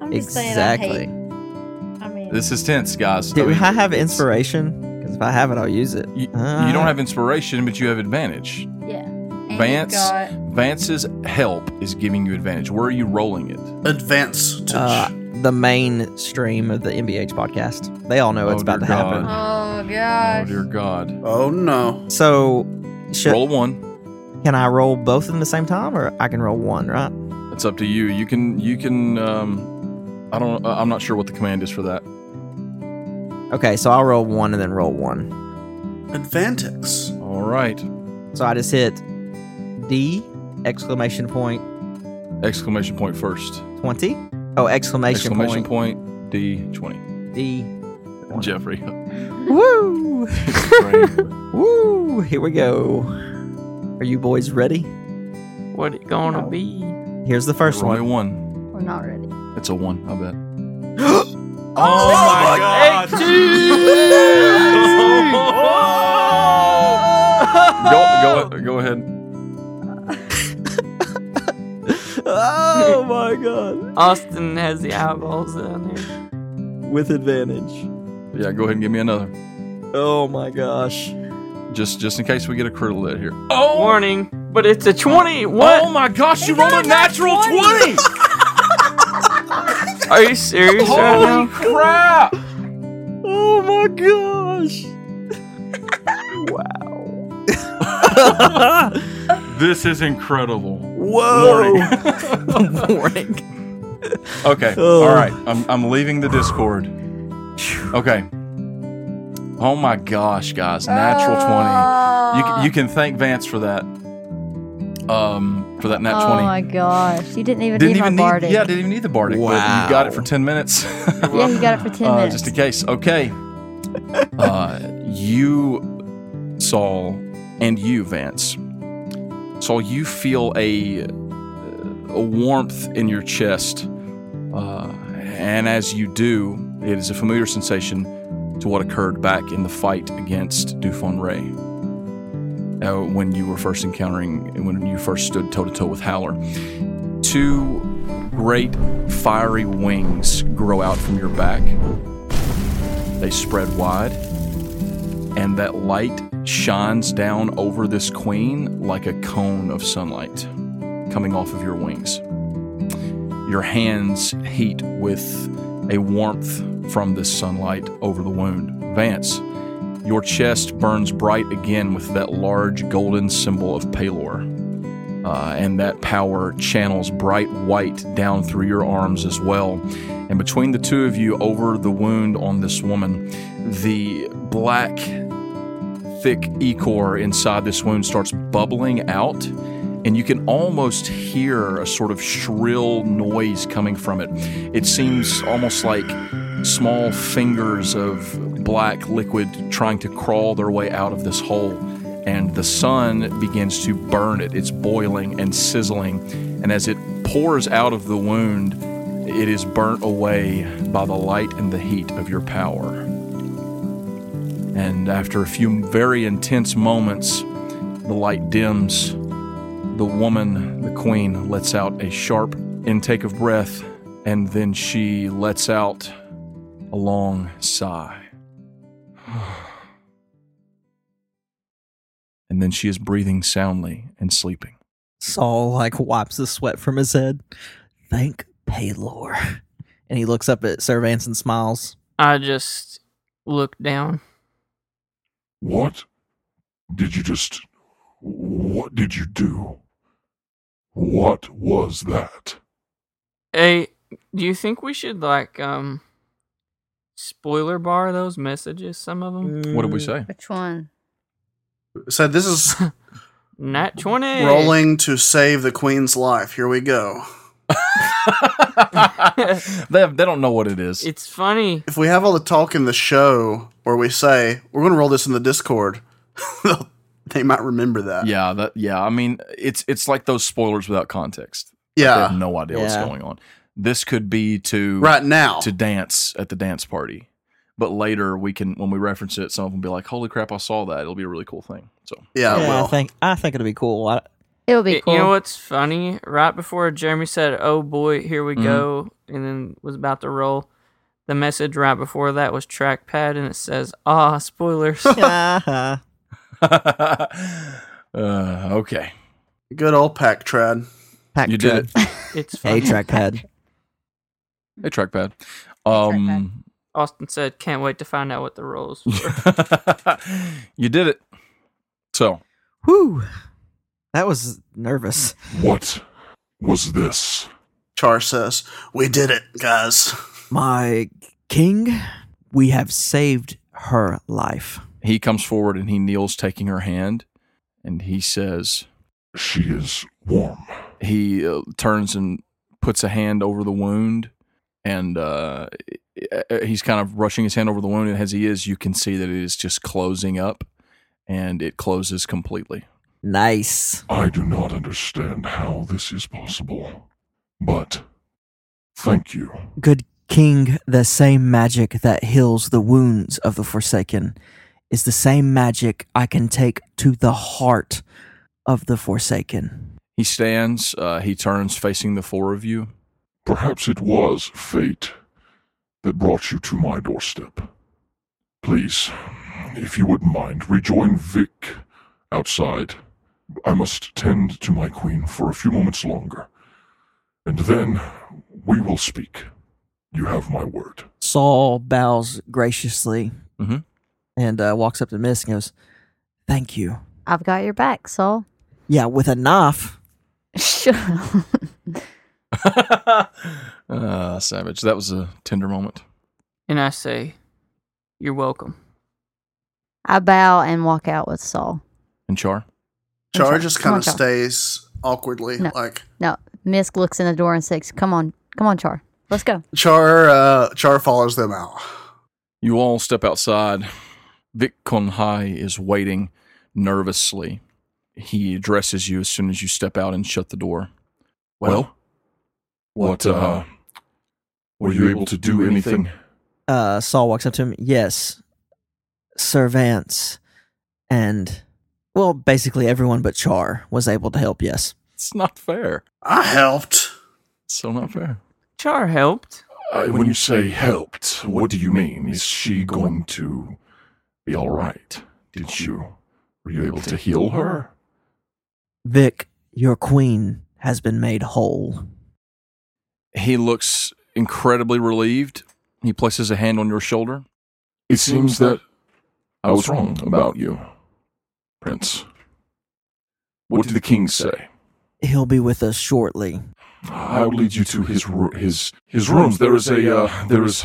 [SPEAKER 8] I'm just,
[SPEAKER 1] exactly.
[SPEAKER 8] saying I, hate, I mean,
[SPEAKER 3] This is tense, guys.
[SPEAKER 1] Did
[SPEAKER 3] I
[SPEAKER 1] I
[SPEAKER 3] mean,
[SPEAKER 1] have
[SPEAKER 3] it's-
[SPEAKER 1] inspiration? Because if I have it, I'll use it.
[SPEAKER 3] You,
[SPEAKER 1] Uh,
[SPEAKER 3] you don't have inspiration, but you have advantage.
[SPEAKER 8] yeah. And
[SPEAKER 3] Vance,
[SPEAKER 8] got-
[SPEAKER 3] Vance's help is giving you advantage. Where are you rolling
[SPEAKER 1] Oh,
[SPEAKER 3] it?
[SPEAKER 5] Advance touch.
[SPEAKER 1] Uh, the main stream of the MBH podcast. They all know it's
[SPEAKER 3] Oh,
[SPEAKER 1] about
[SPEAKER 3] dear
[SPEAKER 1] to
[SPEAKER 3] God.
[SPEAKER 1] happen.
[SPEAKER 8] oh
[SPEAKER 3] Oh
[SPEAKER 8] gosh.
[SPEAKER 3] dear God!
[SPEAKER 5] oh no.
[SPEAKER 1] So, should,
[SPEAKER 3] Roll a one.
[SPEAKER 1] can I roll both of them at the same time, or I can roll one, right?
[SPEAKER 3] It's up to you. You can you can. Um, I don't. I'm not sure what the command is for that.
[SPEAKER 1] Okay, so I'll roll one and then roll one.
[SPEAKER 5] Advantix.
[SPEAKER 3] All right!
[SPEAKER 1] So I just hit D exclamation point
[SPEAKER 3] Exclamation point first.
[SPEAKER 1] twenty. Oh, exclamation,
[SPEAKER 3] Exclamation
[SPEAKER 1] point,
[SPEAKER 3] point D twenty.
[SPEAKER 1] D.
[SPEAKER 3] Jeffrey.
[SPEAKER 1] Woo!
[SPEAKER 3] Brain.
[SPEAKER 1] Woo! Here we go. Are you boys ready?
[SPEAKER 2] What it gonna
[SPEAKER 4] No.
[SPEAKER 2] be?
[SPEAKER 1] Here's the first
[SPEAKER 3] Roll a
[SPEAKER 1] one.
[SPEAKER 3] one.
[SPEAKER 4] We're not ready.
[SPEAKER 3] It's a one. I bet.
[SPEAKER 5] Oh,
[SPEAKER 3] my God. go, go, go ahead.
[SPEAKER 1] oh my god!
[SPEAKER 2] Austin has the eyeballs down there.
[SPEAKER 1] With advantage.
[SPEAKER 3] Yeah, go ahead and give me another.
[SPEAKER 1] Oh my gosh!
[SPEAKER 3] Just just in case we get a critical hit here.
[SPEAKER 2] Warning, but it's a 20. What?
[SPEAKER 3] Oh my gosh, you rolled a natural 20!
[SPEAKER 2] Are you serious right
[SPEAKER 3] Holy
[SPEAKER 2] now?
[SPEAKER 3] crap!
[SPEAKER 1] Oh my gosh! wow!
[SPEAKER 3] This is incredible.
[SPEAKER 1] Whoa! Warning.
[SPEAKER 3] Okay,
[SPEAKER 1] Oh.
[SPEAKER 3] all right. I'm, I'm leaving the Discord. Okay. Oh my gosh, guys. Natural
[SPEAKER 4] Ah.
[SPEAKER 3] 20. You, c- you can thank Vance for that. Um, For that nat
[SPEAKER 4] oh
[SPEAKER 3] 20.
[SPEAKER 4] my gosh. You didn't even
[SPEAKER 3] didn't
[SPEAKER 4] need
[SPEAKER 3] even
[SPEAKER 4] my
[SPEAKER 3] need,
[SPEAKER 4] bardic.
[SPEAKER 3] yeah, didn't even need the bardic. but you got it for
[SPEAKER 1] Wow.
[SPEAKER 3] ten minutes.
[SPEAKER 4] yeah, you got it for 10
[SPEAKER 3] Uh,
[SPEAKER 4] minutes.
[SPEAKER 3] just in case. Okay. uh, you, Saul, and you, Vance. Saul, you feel a a warmth in your chest, uh, and as you do, it is a familiar sensation to what occurred back in the fight against Dufon Ray. Uh, when you were first encountering, when you first stood toe to toe with Howler, two great fiery wings grow out from your back. They spread wide, and that light shines down over this queen like a cone of sunlight coming off of your wings. Your hands heat with a warmth from this sunlight over the wound. Vance, your chest burns bright again with that large golden symbol of Palor. uh, and that power channels bright white down through your arms as well. And between the two of you, over the wound on this woman, the black, thick ichor inside this wound starts bubbling out, and you can almost hear a sort of shrill noise coming from it. It seems almost like small fingers of black liquid trying to crawl their way out of this hole. And the sun begins to burn it. It's boiling and sizzling. And as it pours out of the wound, it is burnt away by the light and the heat of your power. And after a few very intense moments, the light dims. The woman, the queen, lets out a sharp intake of breath, and then she lets out a long sigh. And then she is breathing soundly and sleeping.
[SPEAKER 1] Saul like wipes the sweat from his head. Thank Paylor. And he looks up at Servance and smiles.
[SPEAKER 2] I just look down.
[SPEAKER 6] What did you just. What did you do? What was that?
[SPEAKER 2] Hey, do you think we should like um spoiler bar those messages? Some of them.
[SPEAKER 3] What did we say?
[SPEAKER 4] Which one?
[SPEAKER 5] So this is
[SPEAKER 2] Nat twenty.
[SPEAKER 5] rolling to save the queen's life. Here we go.
[SPEAKER 3] they, they don't know what it is.
[SPEAKER 2] It's funny.
[SPEAKER 5] If we have all the talk in the show where we say we're going to roll this in the Discord, they'll- they might remember that.
[SPEAKER 3] yeah, that yeah. I mean, it's it's like those spoilers without context. They
[SPEAKER 5] Yeah.
[SPEAKER 3] have no idea what's
[SPEAKER 1] Yeah.
[SPEAKER 3] going on. This could be to
[SPEAKER 5] Right now,
[SPEAKER 3] to dance at the dance party, but later we can when we reference it, some of them will be like, "Holy crap, I saw that! It'll be a really cool thing." So
[SPEAKER 5] yeah.
[SPEAKER 1] yeah, I
[SPEAKER 5] Well,
[SPEAKER 1] think I think it'll be cool. I,
[SPEAKER 4] It'll be
[SPEAKER 2] Y-
[SPEAKER 4] cool.
[SPEAKER 2] You know what's funny? Right before Jeremy said, "Oh boy, here we
[SPEAKER 3] Mhm.
[SPEAKER 2] go," and then was about to roll, the message right before that was trackpad, and it says, "Ah, spoilers."
[SPEAKER 1] Uh-huh.
[SPEAKER 3] uh, okay,
[SPEAKER 5] good old pack trad.
[SPEAKER 1] Pack
[SPEAKER 3] You did
[SPEAKER 1] track.
[SPEAKER 2] it's funny.
[SPEAKER 1] Hey, trackpad.
[SPEAKER 3] hey trackpad. Um,
[SPEAKER 2] Austin said, "Can't wait to find out what the rolls."
[SPEAKER 3] you did it. So
[SPEAKER 1] Whew. That was nervous.
[SPEAKER 6] What was this?
[SPEAKER 5] Char says, "We did it, guys."
[SPEAKER 1] My king, we have saved her life.
[SPEAKER 3] he comes forward and he kneels, taking her hand, and he says,
[SPEAKER 6] She is warm.
[SPEAKER 3] he uh, turns and puts a hand over the wound and uh, he's kind of rushing his hand over the wound and as he is you can see that it is just closing up and it closes completely
[SPEAKER 1] Nice.
[SPEAKER 6] I do not understand how this is possible, but thank you.
[SPEAKER 1] Good king, the same magic that heals the wounds of the forsaken is the same magic I can take to the heart of the forsaken.
[SPEAKER 3] he stands uh, he turns facing the four of you
[SPEAKER 6] Perhaps it was fate that brought you to my doorstep. Please, if you wouldn't mind, rejoin Vic outside. I must tend to my queen for a few moments longer, and then we will speak. You have my word.
[SPEAKER 1] Saul bows graciously
[SPEAKER 3] Mhm.
[SPEAKER 1] and uh, walks up to Miss and goes, Thank you.
[SPEAKER 4] I've got your back, Saul.
[SPEAKER 1] Yeah, with a knife.
[SPEAKER 4] Shut up.
[SPEAKER 3] uh, savage that was a tender moment
[SPEAKER 2] and I say, "You're welcome."
[SPEAKER 4] I bow and walk out with Saul.
[SPEAKER 3] and char
[SPEAKER 5] Char just
[SPEAKER 4] Come
[SPEAKER 5] kind
[SPEAKER 4] on,
[SPEAKER 5] of
[SPEAKER 4] Char.
[SPEAKER 5] stays awkwardly,
[SPEAKER 4] No.
[SPEAKER 5] like
[SPEAKER 4] No, Misk looks in the door and says, "Come on, come on, Char, let's go."
[SPEAKER 5] Char. Uh, Char follows them out.
[SPEAKER 3] You all step outside. Vic Conhai is waiting nervously. He addresses you as soon as you step out and shut the door.
[SPEAKER 6] Well, What, uh, were you able to do anything?
[SPEAKER 1] uh, Saul walks up to him. Yes, Servance and well, basically everyone but Char was able to help. Yes,
[SPEAKER 3] It's not fair.
[SPEAKER 5] I helped.
[SPEAKER 3] It's so not fair.
[SPEAKER 2] Char helped.
[SPEAKER 6] Uh, when you say helped, what do you mean? Is she going to be all right? Did you were you able to heal her?
[SPEAKER 1] Vic, your queen has been made whole.
[SPEAKER 3] He looks incredibly relieved. He places a hand on your shoulder.
[SPEAKER 6] It seems that I was wrong about you, Prince. What did the king say?
[SPEAKER 1] He'll be with us shortly.
[SPEAKER 6] I will lead you to his ro- his his rooms. There is a uh, there is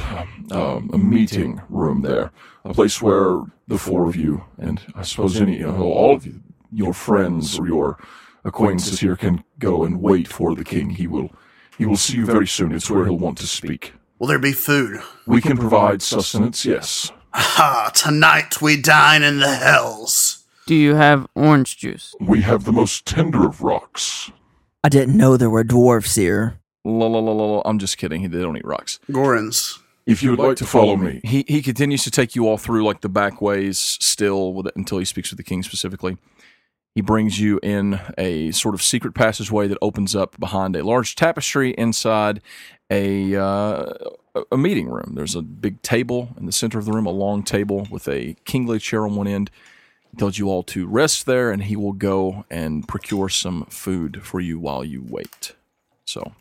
[SPEAKER 6] um, a meeting room there, a place where the four of you and I suppose any uh, all of you, your friends or your acquaintances here can go and wait for the king. He will he will see you very soon. It's where he'll want to speak.
[SPEAKER 5] Will there be food?
[SPEAKER 6] We can provide sustenance. Yes,
[SPEAKER 5] Ha! Tonight we dine in the hells.
[SPEAKER 2] Do you have orange juice?
[SPEAKER 6] we have the most tender of rocks.
[SPEAKER 1] I didn't know there were dwarves here.
[SPEAKER 3] La la la la. la. I'm just kidding. They don't eat rocks.
[SPEAKER 5] Gorins.
[SPEAKER 6] If you would like to follow me,
[SPEAKER 3] He he continues to take you all through like the back ways still with it, until he speaks with the king specifically. He brings you in a sort of secret passageway that opens up behind a large tapestry inside a uh, a- a meeting room. There's a big table in the center of the room, a long table with a kingly chair on one end. He tells you all to rest there, and he will go and procure some food for you while you wait. So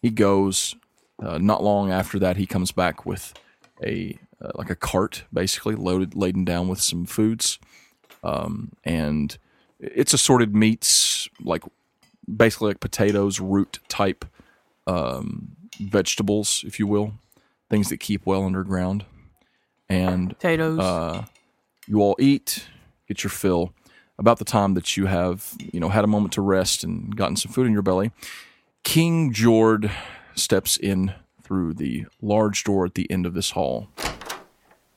[SPEAKER 3] he goes. Uh, not long after that, he comes back with a uh, like a cart, basically loaded, laden down with some foods, um, and it's assorted meats, like basically like potatoes, root type um, vegetables, if you will, things that keep well underground, and
[SPEAKER 2] Potatoes.
[SPEAKER 3] uh, you all eat, get your fill. About the time that you have, you know, had a moment to rest and gotten some food in your belly, King Jord steps in through the large door at the end of this hall.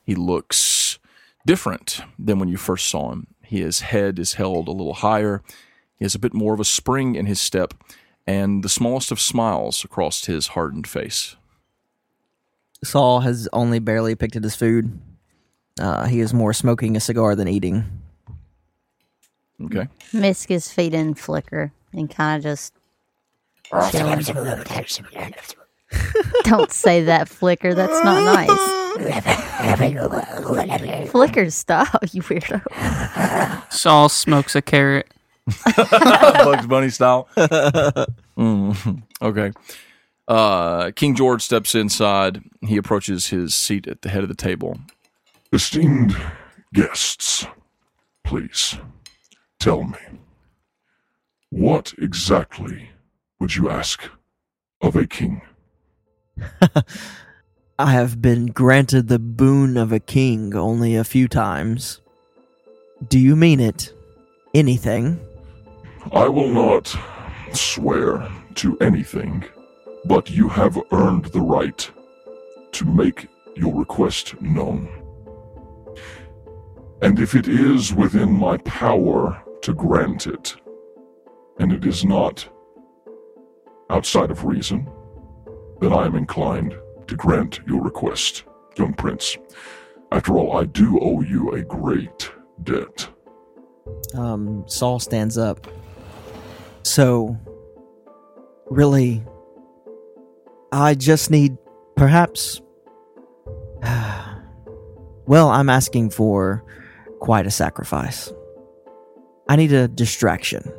[SPEAKER 3] He looks different than when you first saw him. His head is held a little higher. He has a bit more of a spring in his step, and the smallest of smiles across his hardened face.
[SPEAKER 1] Saul has only barely picked at his food. Uh, he is more smoking a cigar than eating.
[SPEAKER 3] Okay.
[SPEAKER 4] Misk his feet in flicker and kind of just. chilling. Don't say that, Flicker. That's not nice. Flicker, stop, you weirdo.
[SPEAKER 2] Saul smokes a carrot.
[SPEAKER 3] Bugs Bunny style. Mm, okay. Uh, King George steps inside. He approaches his seat at the head of the table.
[SPEAKER 6] Esteemed guests, please tell me, what exactly would you ask of a king?
[SPEAKER 1] I have been granted the boon of a king only a few times. Do you mean it? Anything?
[SPEAKER 6] I will not swear to anything, but you have earned the right to make your request known. And if it is within my power to grant it, and it is not outside of reason, then I am inclined to grant your request, young prince. After all, I do owe you a great debt.
[SPEAKER 1] Um, Saul stands up. So, really, I just need perhaps. well, I'm asking for quite a sacrifice. I need a distraction.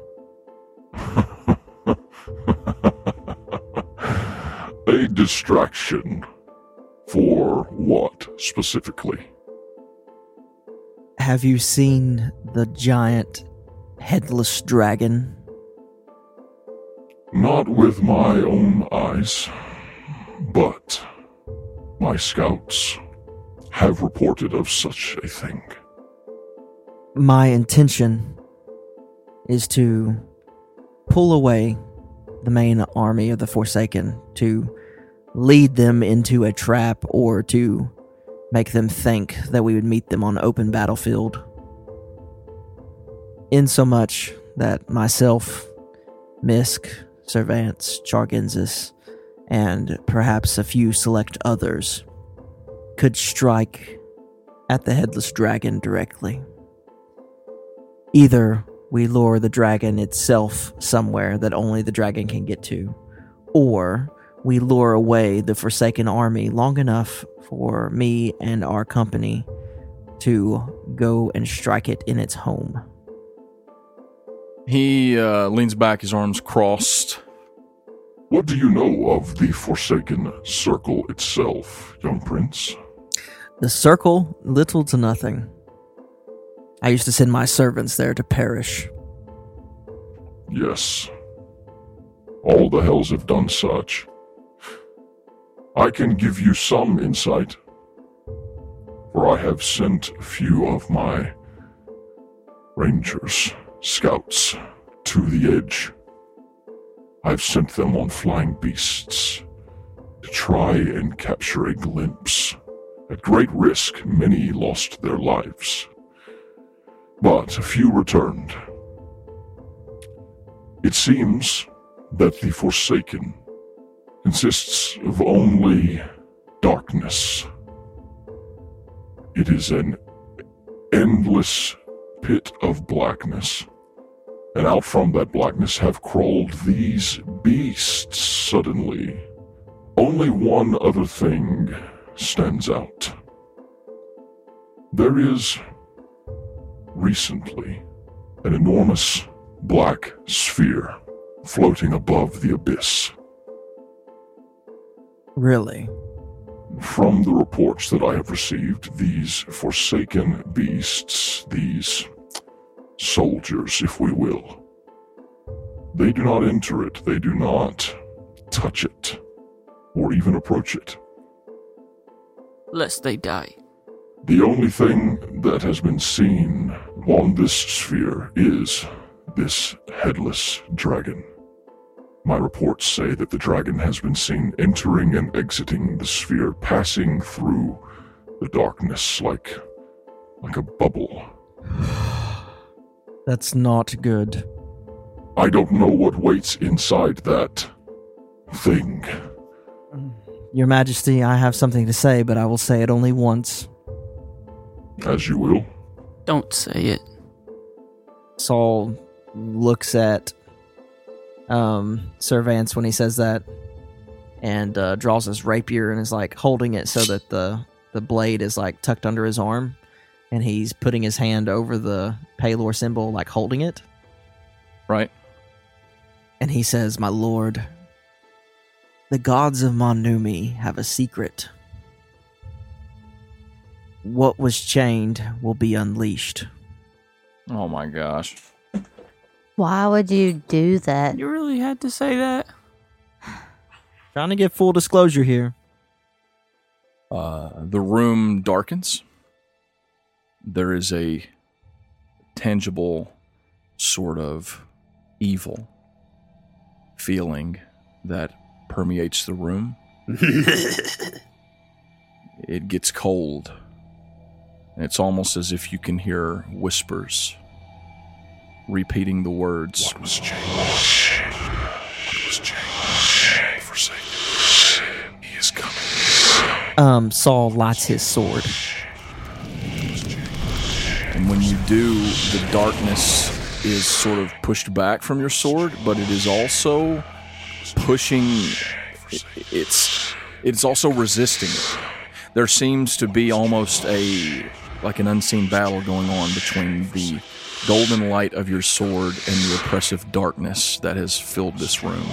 [SPEAKER 6] A distraction. For what specifically?
[SPEAKER 1] Have you seen the giant headless dragon?
[SPEAKER 6] Not with my own eyes, but my scouts have reported of such a thing.
[SPEAKER 1] my intention is to pull away the main army of the Forsaken to lead them into a trap or to make them think that we would meet them on open battlefield. Insomuch that myself, Misk, Servance, Chargensis, and perhaps a few select others could strike at the headless dragon directly. Either we lure the dragon itself somewhere that only the dragon can get to, or we lure away the Forsaken army long enough for me and our company to go and strike it in its home.
[SPEAKER 3] He uh, leans back, his arms crossed.
[SPEAKER 6] What do you know of the Forsaken Circle itself, young prince?
[SPEAKER 1] The circle, little to nothing. I used to send my servants there to perish.
[SPEAKER 6] Yes, all the hells have done such. I can give you some insight, for I have sent a few of my rangers, scouts, to the edge. I've sent them on flying beasts to try and capture a glimpse. At great risk, many lost their lives, but a few returned. It seems that the Forsaken consists of only darkness. It is an endless pit of blackness, and out from that blackness have crawled these beasts suddenly. Only one other thing stands out. There is recently an enormous black sphere floating above the abyss.
[SPEAKER 1] Really?
[SPEAKER 6] From the reports that I have received, these forsaken beasts, these soldiers, if we will, they do not enter it, they do not touch it, or even approach it.
[SPEAKER 2] lest they die.
[SPEAKER 6] The only thing that has been seen on this sphere is this headless dragon. My reports say that the dragon has been seen entering and exiting the sphere, passing through the darkness like like a bubble.
[SPEAKER 1] That's not good.
[SPEAKER 6] I don't know what waits inside that thing.
[SPEAKER 1] Your Majesty, I have something to say, but I will say it only once.
[SPEAKER 6] As you will.
[SPEAKER 2] Don't say it.
[SPEAKER 1] Saul looks at um, Sir Vance when he says that, and uh, draws his rapier and is like holding it so that the the blade is like tucked under his arm, and he's putting his hand over the Palor symbol, like holding it,
[SPEAKER 3] Right.
[SPEAKER 1] and he says, "My lord, the gods of Monumi have a secret. What was chained will be unleashed."
[SPEAKER 3] Oh my gosh.
[SPEAKER 4] Why would you do that?
[SPEAKER 2] You really had to say that?
[SPEAKER 1] Trying to get full disclosure here.
[SPEAKER 3] Uh, the room darkens. There is a tangible sort of evil feeling that permeates the room. it gets cold. And it's almost as if you can hear whispers repeating the words
[SPEAKER 6] What was changed? What was changed? Forsaken. He is coming.
[SPEAKER 1] Um, Saul lights his sword.
[SPEAKER 3] And when you do, the darkness is sort of pushed back from your sword, but it is also pushing. it- It's it's also resisting it. There seems to be almost a like an unseen battle going on between the golden light of your sword and the oppressive darkness that has filled this room.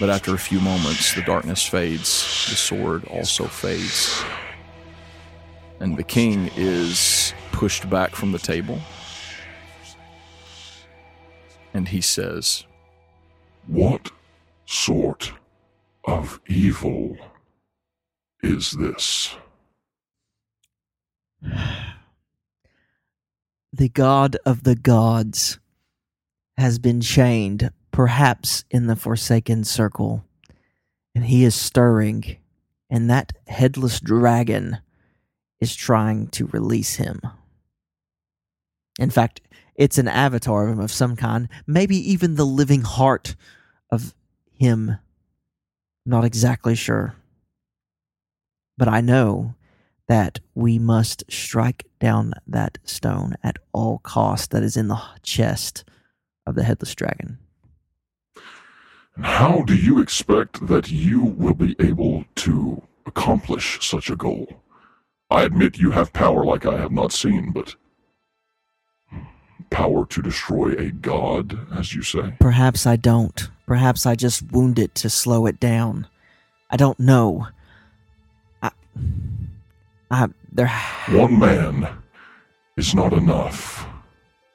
[SPEAKER 3] But after a few moments, the darkness fades. The sword also fades and the king is pushed back from the table. And he says,
[SPEAKER 6] What sort of evil is this?
[SPEAKER 1] The god of the gods has been chained, perhaps in the forsaken circle, and he is stirring, and that headless dragon is trying to release him. In fact, it's an avatar of him of some kind, maybe even the living heart of him. Not exactly sure. But I know that we must strike down that stone at all cost that is in the chest of the headless dragon.
[SPEAKER 6] And how do you expect that you will be able to accomplish such a goal? I admit you have power like I have not seen, but power to destroy a god, as you say?
[SPEAKER 1] Perhaps I don't. Perhaps I just wound it to slow it down. I don't know. I, I, there,
[SPEAKER 6] One man is not enough.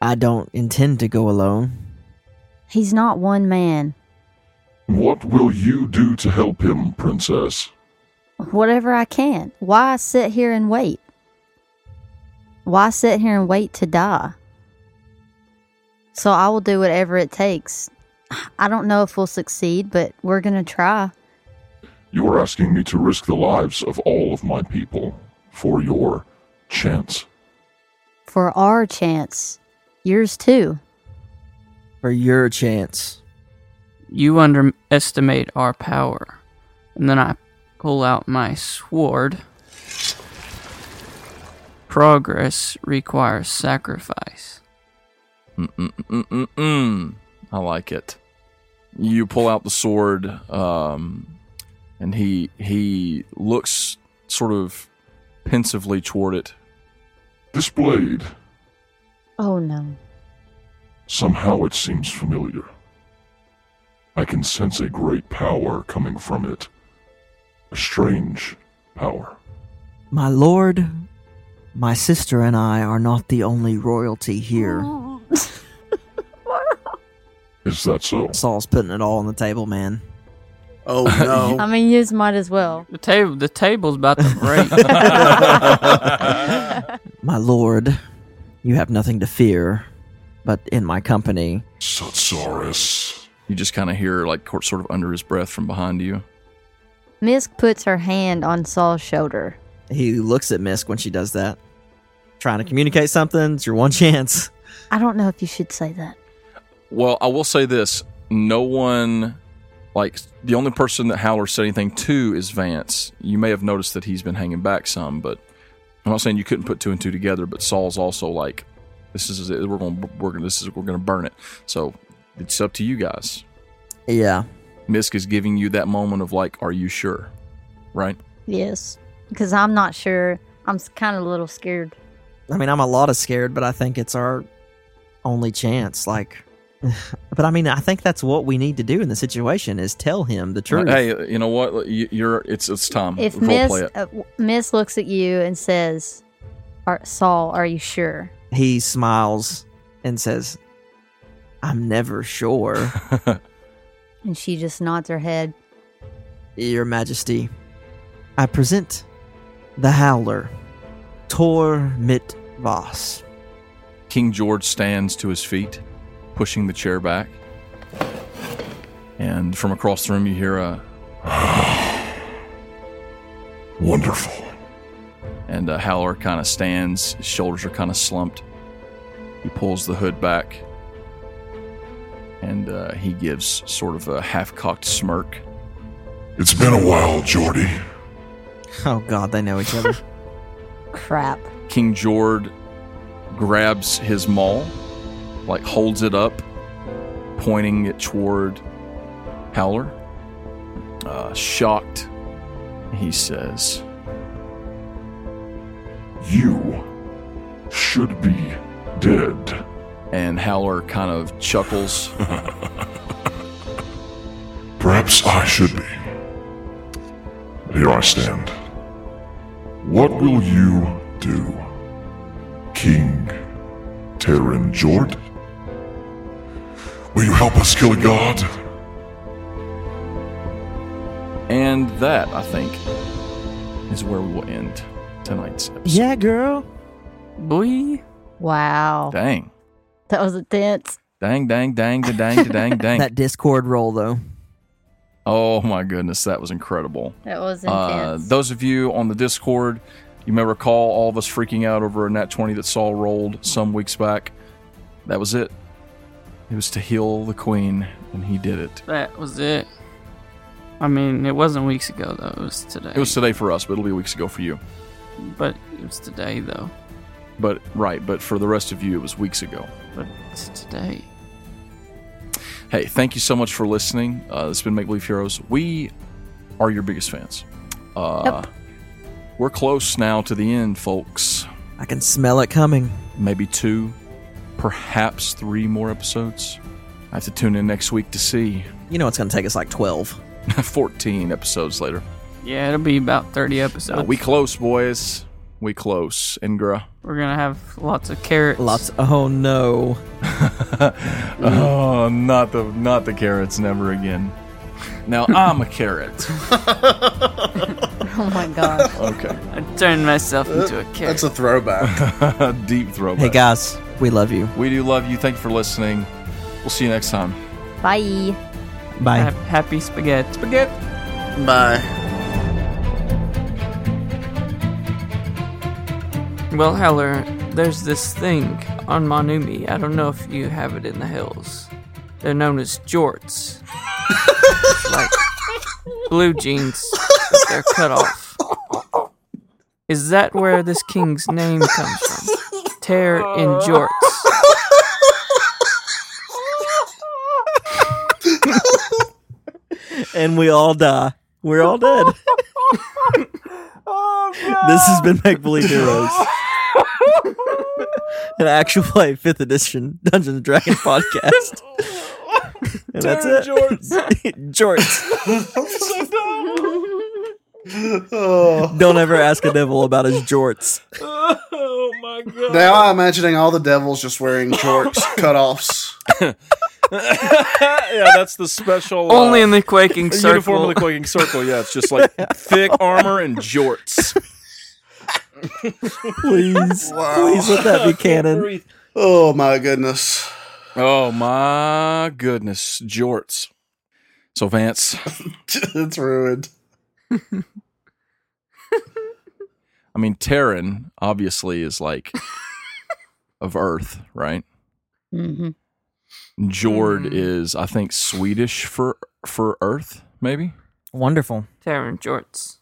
[SPEAKER 1] I don't intend to go alone.
[SPEAKER 4] He's not one man.
[SPEAKER 6] What will you do to help him, Princess?
[SPEAKER 4] Whatever I can. Why sit here and wait? Why sit here and wait to die? So I will do whatever it takes. I don't know if we'll succeed, but we're going to try.
[SPEAKER 6] You are asking me to risk the lives of all of my people for your chance.
[SPEAKER 4] For our chance. Yours too.
[SPEAKER 1] for your chance.
[SPEAKER 2] You underestimate our power. And then I pull out my sword. Progress requires sacrifice.
[SPEAKER 3] Mm-mm-mm-mm-mm. I like it. You pull out the sword, um, and he he looks sort of pensively toward it.
[SPEAKER 6] This blade,
[SPEAKER 4] Oh no.
[SPEAKER 6] somehow it seems familiar. I can sense a great power coming from it. A strange power.
[SPEAKER 1] My lord, my sister and I are not the only royalty here.
[SPEAKER 6] Is that so?
[SPEAKER 1] Saul's putting it all on the table, man.
[SPEAKER 5] Oh no.
[SPEAKER 4] I mean, yours might as well.
[SPEAKER 2] The table the table's about to break.
[SPEAKER 1] My lord, you have nothing to fear, but in my company,
[SPEAKER 6] Sutsaurus.
[SPEAKER 3] You just kind of hear like cor- sort of under his breath from behind you.
[SPEAKER 4] Misk puts her hand on Saul's shoulder.
[SPEAKER 1] he looks at Misk when she does that. Trying to communicate something, it's your one chance.
[SPEAKER 4] I don't know if you should say that.
[SPEAKER 3] Well, I will say this: no one, like the only person that Howler said anything to is Vance. You may have noticed that he's been hanging back some, but I'm not saying you couldn't put two and two together. But Saul's also like, this is it. we're going to we're going to this is we're going to burn it. So it's up to you guys.
[SPEAKER 1] Yeah.
[SPEAKER 3] Misk is giving you that moment of like, are you sure? Right?
[SPEAKER 4] Yes. Because I'm not sure. I'm kind of a little scared.
[SPEAKER 1] I mean, I'm a lot of scared, but I think it's our only chance. Like, but I mean, I think that's what we need to do in the situation is tell him the truth.
[SPEAKER 3] Hey, you know what? You- You're it's it's time.
[SPEAKER 4] If
[SPEAKER 3] Role
[SPEAKER 4] Miss
[SPEAKER 3] play it.
[SPEAKER 4] uh, w- Miss looks at you and says, are, "Saul, are you sure?"
[SPEAKER 1] He smiles and says, "I'm never sure,
[SPEAKER 4] And she just nods her head.
[SPEAKER 1] Your Majesty. I present the Howler, Tor Mit Voss."
[SPEAKER 3] King George stands to his feet, pushing the chair back. And from across the room, you hear a
[SPEAKER 6] Wonderful.
[SPEAKER 3] and uh, Howler kind of stands. His shoulders are kind of slumped. He pulls the hood back, and uh, he gives sort of a half-cocked smirk.
[SPEAKER 6] It's been a while, Jordy.
[SPEAKER 1] Oh God, they know each other.
[SPEAKER 4] Crap.
[SPEAKER 3] King Jord grabs his maul, like holds it up, pointing it toward Howler. Uh, shocked, he says,
[SPEAKER 6] You should be dead.
[SPEAKER 3] and Howler kind of chuckles.
[SPEAKER 6] Perhaps I should be. Here I stand. What will you do, King Terran Jord? Will you help us kill a god?
[SPEAKER 3] and that, I think, is where we will end tonight's episode.
[SPEAKER 1] yeah, girl.
[SPEAKER 2] Boy.
[SPEAKER 4] Wow.
[SPEAKER 3] Dang.
[SPEAKER 4] That was intense.
[SPEAKER 3] Dang, dang, dang, da, dang, da, dang, dang.
[SPEAKER 1] That Discord roll though.
[SPEAKER 3] oh my goodness, that was incredible.
[SPEAKER 4] That was
[SPEAKER 3] Uh,
[SPEAKER 4] intense.
[SPEAKER 3] those of you on the Discord, you may recall all of us freaking out over a nat 20 that Saul rolled some weeks back. That was it. It was to heal the queen, and he did it.
[SPEAKER 2] That was it. I mean, it wasn't weeks ago though. It was today.
[SPEAKER 3] It was today for us, but it'll be weeks ago for you.
[SPEAKER 2] but it was today though.
[SPEAKER 3] But, right, but for the rest of you, it was weeks ago.
[SPEAKER 2] But it's today.
[SPEAKER 3] Hey, thank you so much for listening. Uh, this has been Make Believe Heroes. We are your biggest fans. Uh, We're close now to the end, folks.
[SPEAKER 1] I can smell it coming.
[SPEAKER 3] Maybe two, perhaps three more episodes. I have to tune in next week to see.
[SPEAKER 1] You know it's going to take us like twelve.
[SPEAKER 3] 14 episodes later.
[SPEAKER 2] Yeah, it'll be about 30
[SPEAKER 3] Uh,
[SPEAKER 2] episodes.
[SPEAKER 3] we close, boys. We close. Ingra.
[SPEAKER 2] We're gonna have lots of carrots.
[SPEAKER 1] Lots. Oh no.
[SPEAKER 3] Oh, not the not the carrots. Never again. Now I'm a carrot.
[SPEAKER 4] Oh my god.
[SPEAKER 3] Okay.
[SPEAKER 2] I turned myself into a
[SPEAKER 5] That's
[SPEAKER 2] carrot.
[SPEAKER 5] a throwback.
[SPEAKER 3] Deep throwback.
[SPEAKER 1] Hey guys, we love you.
[SPEAKER 3] We do love you. Thank you for listening. We'll see you next time.
[SPEAKER 4] Bye.
[SPEAKER 1] Bye.
[SPEAKER 2] Hap- Happy spaghetti.
[SPEAKER 3] Spaghetti.
[SPEAKER 5] Bye.
[SPEAKER 2] Well, Heller, there's this thing on Manumi. I don't know if you have it in the hills. They're known as jorts. It's like blue jeans, but they're cut off. Is that where this king's name comes from? Tear in jorts.
[SPEAKER 1] and we all die. We're all dead. This has been Make Believe Heroes, an actual play fifth edition Dungeons and Dragons podcast. And that's it. Jorts. Don't ever ask a devil about his jorts.
[SPEAKER 5] Now I'm imagining all the devils just wearing shorts, cutoffs.
[SPEAKER 3] yeah, that's the special.
[SPEAKER 2] Only in the quaking
[SPEAKER 3] the uniform
[SPEAKER 2] circle.
[SPEAKER 3] of the quaking circle. Yeah, it's just like thick armor and jorts.
[SPEAKER 1] Please, please let that be canon.
[SPEAKER 5] Oh my goodness.
[SPEAKER 3] Oh my goodness, jorts. So Vance,
[SPEAKER 5] it's ruined.
[SPEAKER 3] I mean Terran obviously is like of Earth, right?
[SPEAKER 4] hmm
[SPEAKER 3] Jord
[SPEAKER 2] Mhm.
[SPEAKER 3] is I think Swedish for for Earth, maybe.
[SPEAKER 1] Wonderful.
[SPEAKER 2] Tear in jorts.